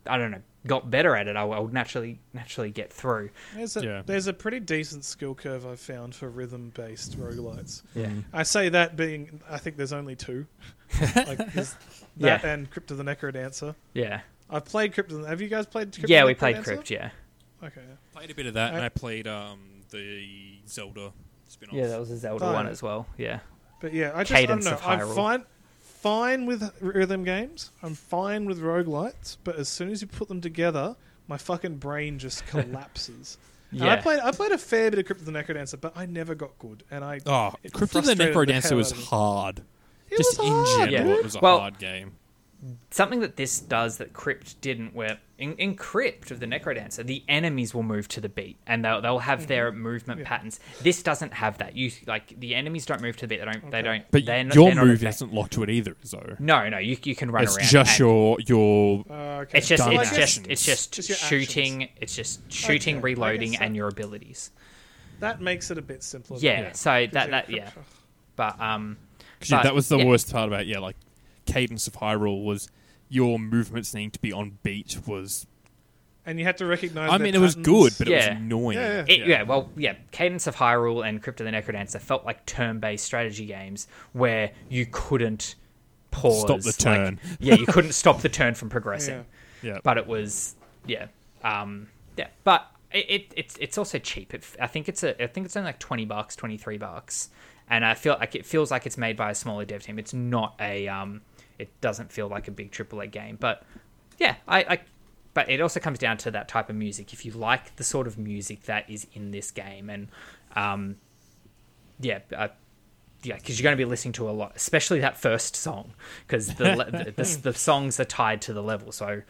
I don't know, got better at it, I, w- I would naturally naturally get through.
There's a,
Yeah.
there's a pretty decent skill curve I've found for rhythm based roguelites.
Yeah.
Mm.
I say that being, I think there's only two. like, there's that
Yeah.
and Crypt of the Necrodancer.
Yeah.
I've played Crypt of the. Have you guys played Crypt
yeah,
of the
we played
Necrodancer?
Crypt. Yeah.
Okay.
played a bit of that,
and
and
I
I played um the Zelda spin-off.
Uh, Yeah, that was a Zelda
Fine.
one as well. Yeah.
But yeah, I just
Cadence
I
of
don't know. I'm
Hyrule.
fine fine with rhythm games. I'm fine with roguelites, but as soon as you put them together, my fucking brain just collapses. And I
Yeah.
played I played a fair bit of Crypt of the Necrodancer, but I never got good. And I
Oh,
it
Crypt of the
frustrated the
Necrodancer
hell
was
out of me.
hard.
It
Just
was
in
hard,
general,
Yeah.
it was a
Well-
hard game.
Something that this does that Crypt didn't, where in, in Crypt of the Necrodancer, the enemies will move to the beat and they'll, they'll have their movement
Mm-hmm. Yeah.
patterns. This doesn't have that. You like the enemies don't move to the beat. They don't. They
Okay.
don't.
But
they're not,
your
they're not
move
affect-
isn't locked to it either, so
No, no, you, you can run
it's
around.
just
and
your your
Uh, okay.
It's just
done
Well, I
it's
guess
just
actions.
it's just,
Just your
shooting. It's just shooting,
Okay, I
reloading,
guess
and
that-
your abilities.
that makes it a bit simpler. than-
Yeah, So
Because
that that yeah,
Crypt-
but um,
Cause yeah,
But,
that was the
yeah.
worst part about yeah, like cadence of Hyrule was your movements needing to be on beat was.
And you had to recognize
I
their
mean, it was
patterns.
good, but it
Yeah.
was annoying.
Yeah,
It, yeah. well, yeah. Cadence of Hyrule and Crypt of the Necrodancer felt like turn-based strategy games where you couldn't pause.
Stop the
like-
turn.
yeah, you couldn't stop the turn from progressing.
Yeah.
Yeah.
But it was yeah, um, yeah. But it, it it's it's also cheap. It, I think it's a I think it's only like twenty bucks, twenty three bucks, and I feel like it feels like it's made by a smaller dev team. It's not a um, it doesn't feel like a big AAA game, but yeah, I, I but it also comes down to that type of music. If you like the sort of music that is in this game, and um, yeah, I, yeah, because you're going to be listening to a lot, especially that first song, because the, le- the, the the songs are tied to the level. So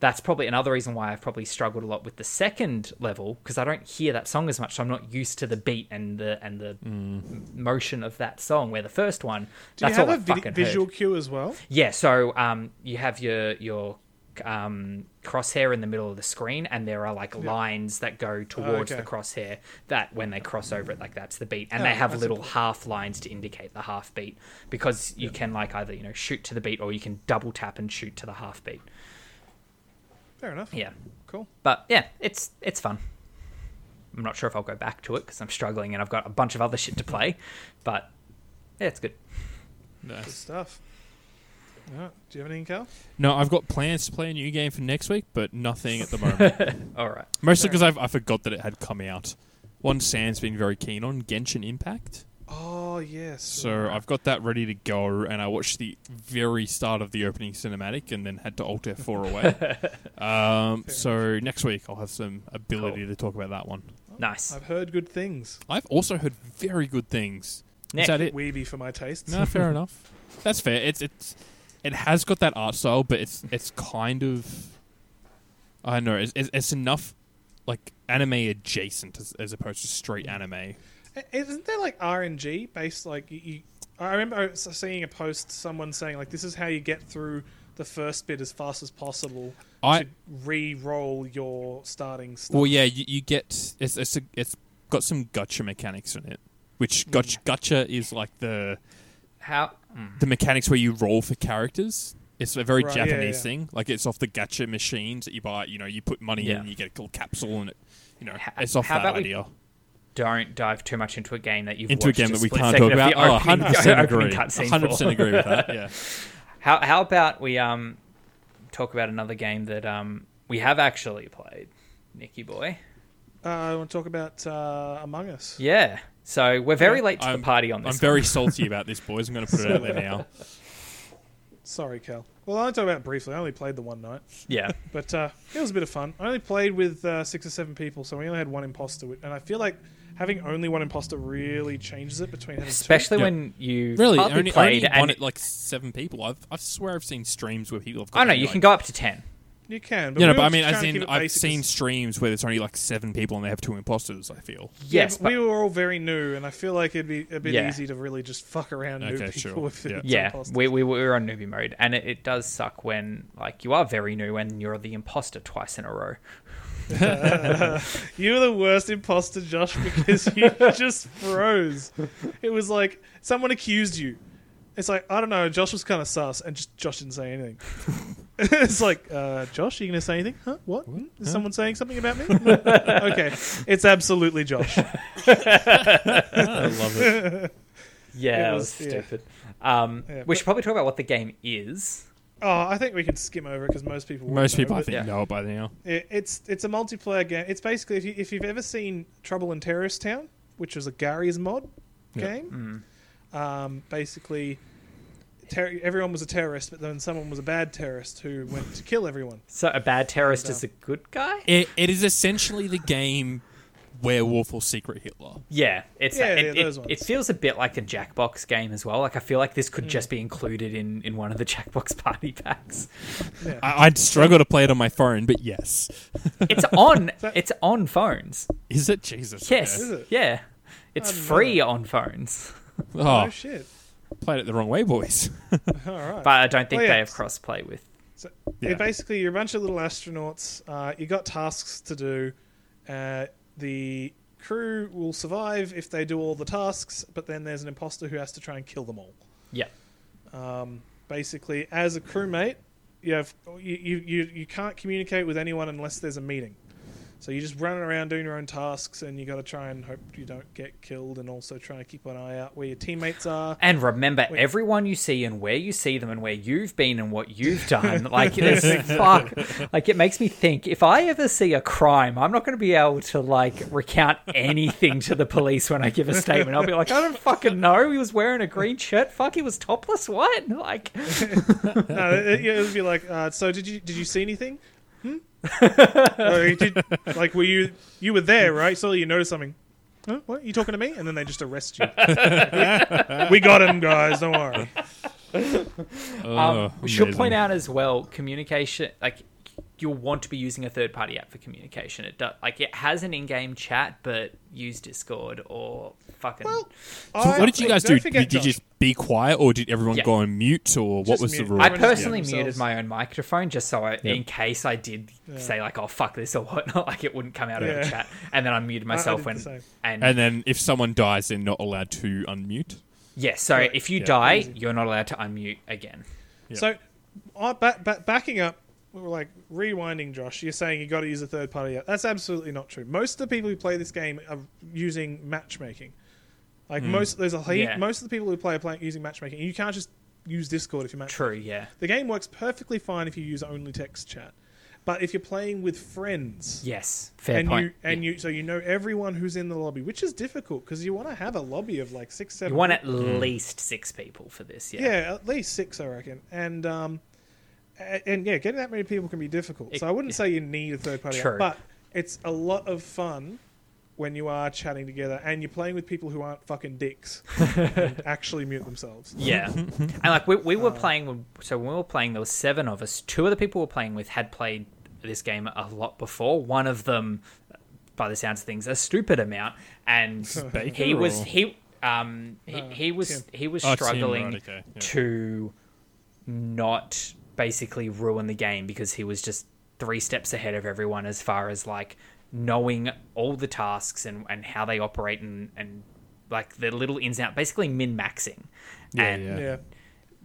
that's probably another reason why I've probably struggled a lot with the second level because I don't hear that song as much. So I'm not used to the beat and the and the
Mm.
m- motion of that song. Where the first one,
Do you
that's
have
all
a
I
vid-
fucking
visual
heard.
cue as well?
Yeah, so um, you have your your um, crosshair in the middle of the screen, and there are like lines that go towards
okay.
the crosshair. That when they cross over it, like that's the beat, and
Oh,
they have
that's
little
important.
half lines to indicate the half beat because you can like either you know shoot to the beat or you can double tap and shoot to the half beat.
Fair enough.
Yeah,
Cool.
but yeah, it's it's fun. I'm not sure if I'll go back to it because I'm struggling and I've got a bunch of other shit to play, but yeah, it's good.
Good stuff. Alright, Do you have anything, Carl?
No, I've got plans to play a new game for next week, but nothing at the moment.
All right.
Mostly because I forgot that it had come out. One Sam's been very keen on Genshin Impact,
Oh yes.
so I've got that ready to go. And I watched the very start of the opening cinematic, and then had to alt F4 away. um, so next week I'll have some ability
Cool.
to talk about that one.
Nice.
I've heard good things.
I've also heard very good things.
Nick.
Is that it?
Weeby for my tastes.
No, fair enough. That's fair. It's it's it has got that art style, but it's it's kind of I don't know it's, it's, it's enough like anime adjacent as, as opposed to straight anime.
I- Isn't there like RNG based? Like you, you, I remember s- seeing a post, someone saying like, "This is how you get through the first bit as fast as possible
I
to re-roll your starting stuff."
well yeah you, you get it's it's a, it's got some gotcha mechanics in it, which gotcha gotcha is like the
How? mm.
the mechanics where you roll for characters. It's a very
Right, yeah,
Japanese
yeah.
thing. Like it's off the gacha machines that you buy. You know, you put money
Yeah.
in, you get a little capsule, and it, you know,
H-
it's off
how
that
about we-
idea.
don't dive too much into a game that you've
into a
watched
game that we
split
can't
second
talk
of
about.
the
Oh,
opening-
100%
opening
agree.
cutscene
100%
for.
agree with that. Yeah.
How how about we um talk about another game that um we have actually played, Nicky boy?
Uh, I want to talk about uh, Among Us.
Yeah. So we're very late to
I'm-
the party on this.
I'm
one.
very salty about this, boys. I'm going to put it out there now.
Sorry, Cal. Well, I only talk about it briefly. I only played the one night,
yeah.
but uh, it was a bit of fun. I only played with uh, six or seven people, so we only had one imposter. wi- And I feel like having only one imposter really changes it between having two.
Especially
Yeah.
when you
Really,
hardly
only,
played
only one
and
at like seven people. I've, I swear I've seen streams where people have.
I
got
know
only,
Oh, you
like,
can go up to ten.
You can, but
Yeah, no,
we
but
were
I mean,
trying
as
to keep
in,
it
I've
basic.
seen streams where there's only like seven people and they have two imposters. I feel.
Yes,
yeah, but we were all very new, and I feel like it'd be a bit
Yeah.
easy to really just fuck around new
Okay,
people
sure.
with
Yeah.
it.
yeah, we, we were on newbie mode, and it, it does suck when like you are very new and you're the imposter twice in a row.
You're the worst imposter, Josh, because you just froze. It was like someone accused you. It's like I don't know. Josh was kind of sus, and just Josh didn't say anything. it's like uh, Josh, are you gonna say anything? Huh? What? Hmm? Is someone saying something about me? okay, it's absolutely Josh.
I love it.
Yeah,
It
it was,
was- yeah.
stupid. Um,
Yeah,
we
but-
should probably talk about what the game is.
Oh, I think we can skim over it because most people. would
Most
know,
people, I
but-
think,
yeah.
know it by now.
It, it's it's a multiplayer game. It's basically if, you, if you've ever seen Trouble in Terrorist Town, which was a Gary's mod
Yeah.
game, um, basically ter- everyone was a terrorist, but then someone was a bad terrorist who went to kill everyone.
So a bad terrorist
And,
is a good guy.
It, it is essentially the game Werewolf or Secret Hitler.
Yeah, it's
Yeah,
it,
yeah,
it-
those ones. Mm.
it feels a bit like a Jackbox game as well. Like I feel like this could just be included in in one of the Jackbox party packs.
I, I'd struggle to play it on my phone, but yes.
It's on
that-
it's on phones.
Is it Jesus?
Yes,
Is it?
yeah, it's
didn't know
free on phones.
Yeah.
Oh,
Oh,
shit!
played it the wrong way, boys.
All right.
But I don't think
Oh, yeah.
they have crossplay with.
So
Yeah.
it basically, you're a bunch of little astronauts. Uh, you got tasks to do. Uh, the crew will survive if they do all the tasks, but then there's an imposter who has to try and kill them all.
Yeah,
um, basically as a crewmate you have you, you, you, you can't communicate with anyone unless there's a meeting so you're just running around doing your own tasks and you got to try and hope you don't get killed and also trying to keep an eye out where your teammates are
and remember
Wait.
everyone you see and where you see them and where you've been and what you've done. Like this, fuck. Like it makes me think. If I ever see a crime, I'm not going to be able to like recount anything to the police when I give a statement. I'll be like, I don't fucking know. He was wearing a green shirt. Fuck, he was topless. What? Like,
no, it, it would be like uh, so did you did you see anything hmm? or you did, like were you you were there right so you noticed something Huh? what you talking to me and then they just arrest you we got him guys don't worry
Oh,
um, we should
amazing.
point out as well communication like you'll want to be using a third party app for communication it does like it has an in-game chat but use discord or fucking
well
So
I-
what did you guys
don't
do?
forget,
Did you
Josh.
just be quiet, or did everyone
Yeah.
go on mute, or what
Just
was the
mute.
rule?
I
Everyone just
personally
muted
muted
themselves.
my own microphone just so I, in
Yep.
case I did say like, "Oh fuck this" or whatnot, like it wouldn't come out of the
Yeah.
chat, and then I muted myself
did
when
the same.
and,
and then if someone dies, they're not allowed to unmute.
yeah. So
Correct.
if you
Yeah.
die, you're not allowed to unmute again.
Yeah.
So, uh, ba- ba- backing up, we were like rewinding, Josh. You're saying you got to use a third party app. That's absolutely not true. Most of the people who play this game are using matchmaking. Like most, there's a he-
Hmm. Yeah.
most of the people who play are playing using matchmaking. You can't just use Discord if you're matchmaking.
True. Yeah.
The game works perfectly fine if you use only text chat, but if you're playing with friends,
Yes. Fair
and
point.
you and you so you know everyone who's in the lobby, which is difficult because you want to have a lobby of like six,
you
seven.
want at least six people for this. Yeah.
Mm. Yeah, at least six, I reckon. And um, a- and yeah, getting that many people can be difficult.
It-
So I wouldn't say you need a third party,
True.
app, but it's a lot of fun when you are chatting together and you're playing with people who aren't fucking dicks and actually mute themselves.
Yeah, and like we, we were
Uh.
playing. with- So when we were playing, there were seven of us. Two of the people we were playing with had played this game a lot before. One of them, by the sounds of things, a stupid amount, and
Baker
he was
or-
he um he, he was he was
Oh, Tim,
struggling
right, okay, yeah.
to not basically ruin the game because he was just three steps ahead of everyone as far as like knowing all the tasks and, and how they operate and, and like the little ins and out basically min maxing and
yeah.
Yeah.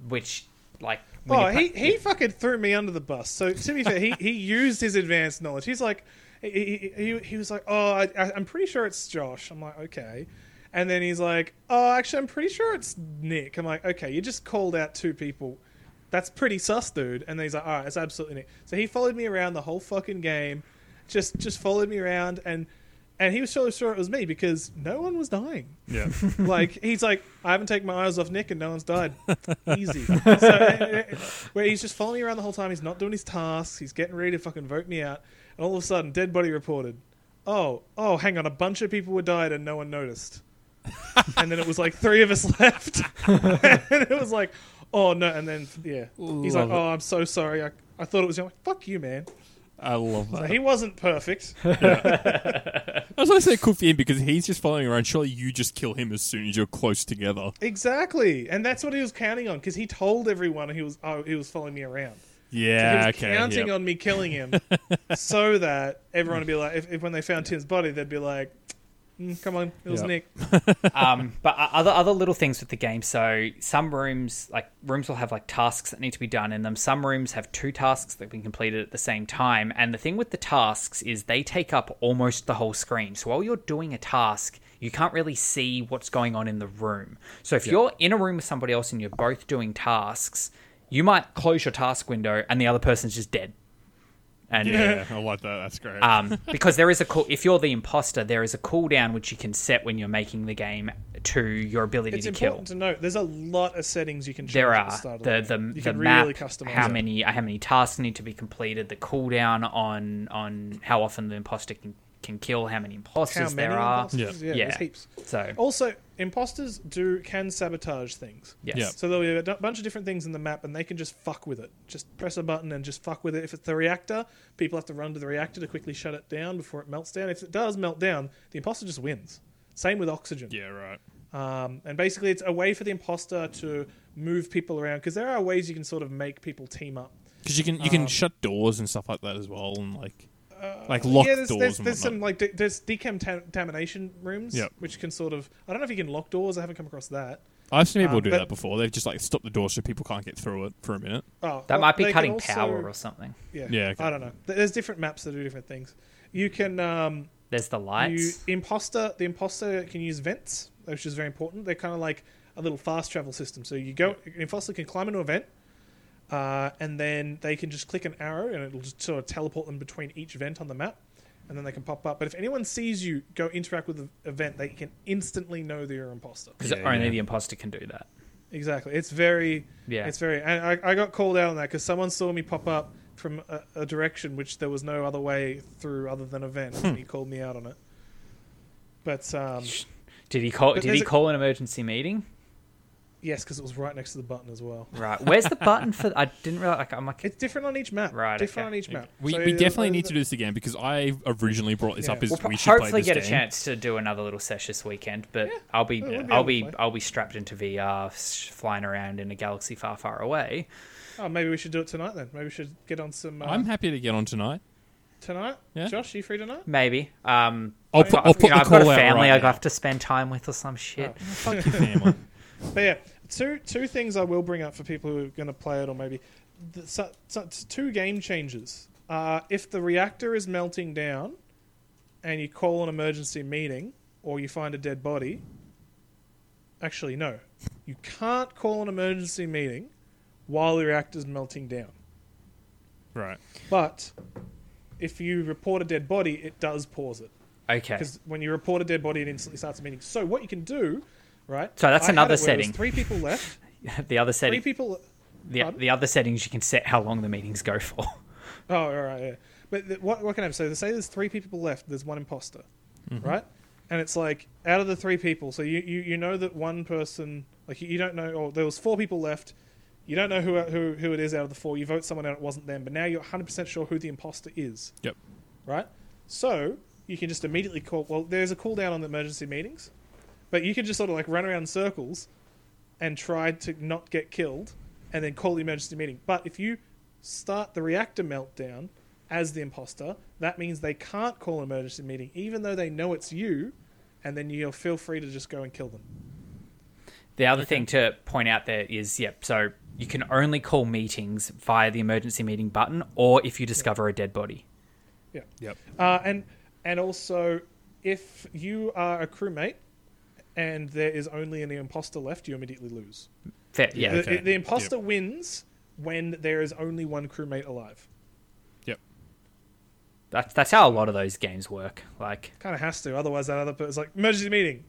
which like when
Oh,
you play-
he, he fucking threw me under the bus. So to be fair, he, he used his advanced knowledge. He's like, he, he, he was like, oh, I, I- I'm pretty sure it's Josh. I'm like, okay. And then he's like, oh, actually, I'm pretty sure it's Nick. I'm like, okay, you just called out two people. That's pretty sus, dude. And then he's like, all right, it's absolutely Nick. So he followed me around the whole fucking game, just just followed me around, and and he was so sure it was me because no one was dying
Yeah.
like he's like i haven't taken my eyes off nick and no one's died easy so, eh, eh, eh, where he's just following me around the whole time he's not doing his tasks he's getting ready to fucking vote me out and all of a sudden dead body reported oh oh hang on a bunch of people were died and no one noticed and then it was like three of us left and it was like oh no and then yeah he's
Love
like oh i'm so sorry i, I thought it was you I'm like fuck you man
I love
so
that.
he wasn't perfect
I was going to say cool for him because he's just following around. Surely you just kill him as soon as you're close together.
Exactly, and that's what he was counting on because he told everyone he was oh, he was following me around. So he
Yeah,
was
okay.
counting
yeah.
on me killing him, so that everyone would be like, if, if when they found Tim's body, they'd be like, "Mm, "Come on, it was
Yeah.
Nick."
um, but o- other other little things with the game. So some rooms, like rooms, will have like tasks that need to be done in them. Some rooms have two tasks that can be completed at the same time. And the thing with the tasks is they take up almost the whole screen. So while you're doing a task, you can't really see what's going on in the room. So if you're in a room with somebody else and you're both doing tasks, you might close your task window and the other person's just dead. And
Yeah, I like that. That's great.
Ah.
um, because there is a cool if you're the imposter there is a cooldown which you can set when you're making the game to your ability
It's
to kill
important to note there's a lot of settings you can change.
there
at
are
the, start of
the the,
game. you
the
can
map
really customize
how
it.
many how many tasks need to be completed the cooldown on on how often the imposter can can kill how many
how
imposters
many
there are
imposters?
Yeah.
yeah, there's
Yeah.
heaps. Oh,
so
Also, imposters do can sabotage things.
yes
Yeah.
So there'll be a d- bunch of different things in the map, and they can just fuck with it. Just press a button and just fuck with it. If it's the reactor, people have to run to the reactor to quickly shut it down before it melts down. If it does melt down, the imposter just wins. Same with oxygen.
yeah, right.
Um, and basically, it's a way for the imposter to move people around because there are ways you can sort of make people team up.
Because you can you can
Um, Uh,
shut doors and stuff like that as well, and like like lock
yeah, there's,
doors
there's,
and
there's some
whatnot.
like de- there's decontamination rooms,
Yep.
which can sort of I don't know if you can lock doors. I haven't come across that.
I've seen people
um,
do
but-
that before. They've just like stopped the door so people can't get through it for a minute.
Oh,
that
well,
might
they
be
can
cutting
also-
power or something
Yeah,
Yeah, okay.
I don't know. Th- There's different maps that do different things. You can um,
there's the
you
lights
imposter the imposter can use vents, which is very important. They're kind of like a little fast travel system. So you go, an imposter can climb into a vent, uh, and then they can just click an arrow, and it'll just sort of teleport them between each vent on the map, and then they can pop up. But if anyone sees you go interact with the event, they can instantly know that you're an imposter.
because
Yeah,
only
yeah.
the imposter can do that
Exactly. It's very.
Yeah.
It's very. And I, I got called out on that because someone saw me pop up from a, a direction which there was no other way through other than a vent,
Hmm.
and he called me out on it. But um,
did he call
But
did
there's
he
a-
call an emergency meeting
yes, because it was right next to the button as well.
right where's the button for i didn't realize like i'm like
It's different on each map.
Right,
Different
okay.
on each map.
We,
So uh,
we
it-
definitely
it-
need to do this again because I originally brought this
Yeah.
up as
We'll pro-
we should
hopefully
play this
get a
game.
chance to do another little sesh this weekend, but
Yeah.
I'll be
Yeah,
I'll
we'll be able to
be
play.
I'll be strapped into VR, sh- flying around in a galaxy far, far away.
Oh, maybe we should do it tonight then. Maybe we should get on some. Uh,
I'm happy to get on tonight.
tonight.
Yeah.
Josh, you free tonight?
Maybe. Um,
I'll
but,
put- I'll
you
put
know,
the
I've got a
call out
family
right
I
now.
have to spend time with or some shit.
Fuck your family.
But yeah, two two things I will bring up for people who are going to play it, or maybe the, so, so, it's two game changes. Uh, if the reactor is melting down, and you call an emergency meeting, or you find a dead body. Actually, no, you can't call an emergency meeting while the reactor's melting down.
right.
But if you report a dead body, it does pause it
Oh.
Okay.
because when you report a dead body, it instantly starts a meeting. So what you can do, right?
So that's
I had
another
it where there was
setting.
Three people left.
the other
Three
setting,
people.
the,
pardon?
the other settings you can set how long the meetings go for.
Oh, all right, yeah. But th- what, what can happen? So, say there's three people left. There's one imposter, right? And it's like out of the three people, so you, you, you know that one person, like you, you don't know, or there was four people left. You don't know who, who who it is out of the four. You vote someone out. It wasn't them, but now you're 100 percent sure who the imposter is.
Yep.
Right. So you can just immediately call. Well, there's a cooldown on the emergency meetings, but you can just sort of like run around in circles and try to not get killed and then call the emergency meeting. But if you start the reactor meltdown as the imposter, that means they can't call an emergency meeting, even though they know it's you, and then you feel free to just go and kill them.
The other thing to point out there is, yep. So you can only call meetings via the emergency meeting button, or if you discover a dead body.
Yeah.
Yep.
Uh, and and also, if you are a crewmate and there is only an imposter left, you immediately lose.
Fair, yeah.
the,
okay.
the imposter wins when there is only one crewmate alive.
Yep.
That's that's how a lot of those games work. Like,
Kind of has to, otherwise that other person's like emergency meeting.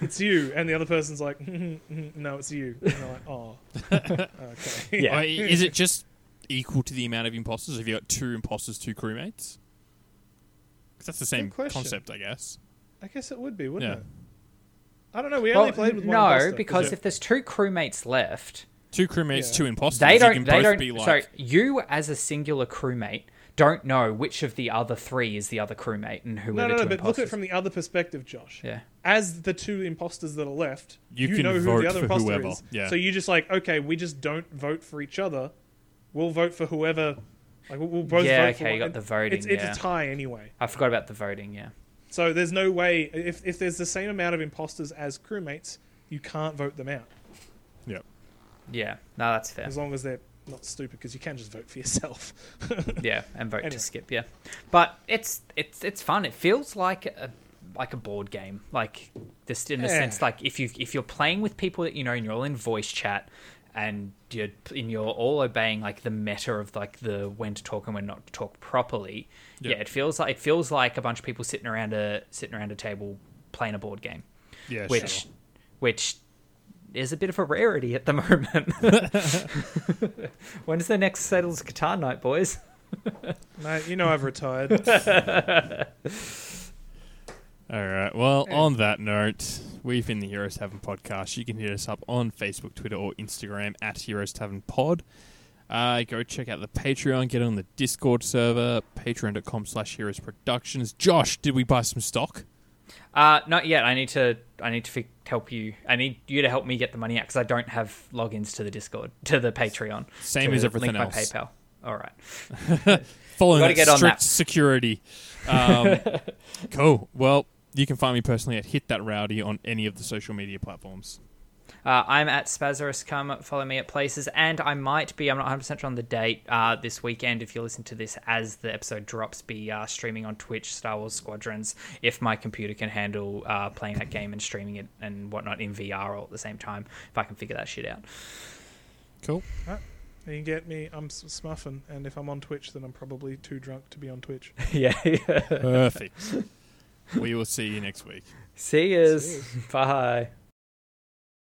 it's you, and the other person's like, "Mm-hmm, no, it's you. And they're like, oh, okay.
Yeah.
Uh, i- is it just equal to the amount of imposters? Have you got two imposters, two crewmates? 'Cause that's the same
Good question.
concept, I guess.
I guess it would be, wouldn't
Yeah.
it? I don't know. We
well,
only played with one.
no,
imposter.
because
it-
if there's two crewmates left,
Two crewmates,
Yeah.
two imposters.
they
you
don't.
can
They
both
don't.
be like,
Sorry, you as a singular crewmate don't know which of the other three is the other crewmate and who
no,
are
no,
the
no.
two
But look at it
imposters.
from the other perspective, Josh.
Yeah.
As the two imposters that are left,
You
you,
can
know who
vote
the other
for
imposter
whoever,
is.
yeah.
So you just like, okay, we just don't vote for each other. We'll vote for whoever. Like we'll- we'll both
Yeah,
vote for
okay, you
one.
got
And
the voting,
It's, it's
yeah.
a tie anyway.
I forgot about the voting. Yeah.
So there's no way if if there's the same amount of imposters as crewmates, you can't vote them out
Yeah.
Yeah. No, that's fair.
as long as they're not stupid because you can just vote for yourself.
yeah, and vote
Anyway.
to skip. Yeah, but it's it's it's fun. It feels like a like a board game. Like just in a
Yeah.
sense, like if you if you're playing with people that you know and you're all in voice chat and you're and you're all obeying like the meta of like the when to talk and when not to talk properly.
Yeah.
Yeah, it feels like it feels like a bunch of people sitting around a sitting around a table playing a board game,
Yeah,
which
sure.
which is a bit of a rarity at the moment. when is the next Settles Guitar Night, boys?
Mate, you know I've retired.
All right. Well, on that note, we've been the Heroes Tavern podcast. You can hit us up on Facebook, Twitter, or Instagram at Heroes Tavern Pod. Uh, go check out the Patreon. Get on the Discord server, patreon.com slash heroes productions. Josh, did we buy some stock?
Uh, not yet. I need to. I need to fi- help you. I need you to help me get the money out because I don't have logins to the Discord, to the Patreon.
Same
to
as everything
link my
else.
PayPal. All right.
Following
Gotta
that
get on
strict
that.
security. Um, cool. Well, you can find me personally at Hit That Rowdy on any of the social media platforms.
Uh, I'm at Spazarus. Come follow me at places, and I might be. I'm not 100 percent sure on the date. Uh, this weekend, if you listen to this as the episode drops, be uh, streaming on Twitch Star Wars Squadrons if my computer can handle uh, playing that game and streaming it and whatnot in VR all at the same time. If I can figure that shit out.
Cool.
You can get me. I'm s- smuffing, and if I'm on Twitch, then I'm probably too drunk to be on Twitch.
yeah.
Perfect. we will see you next week.
See yous. Bye.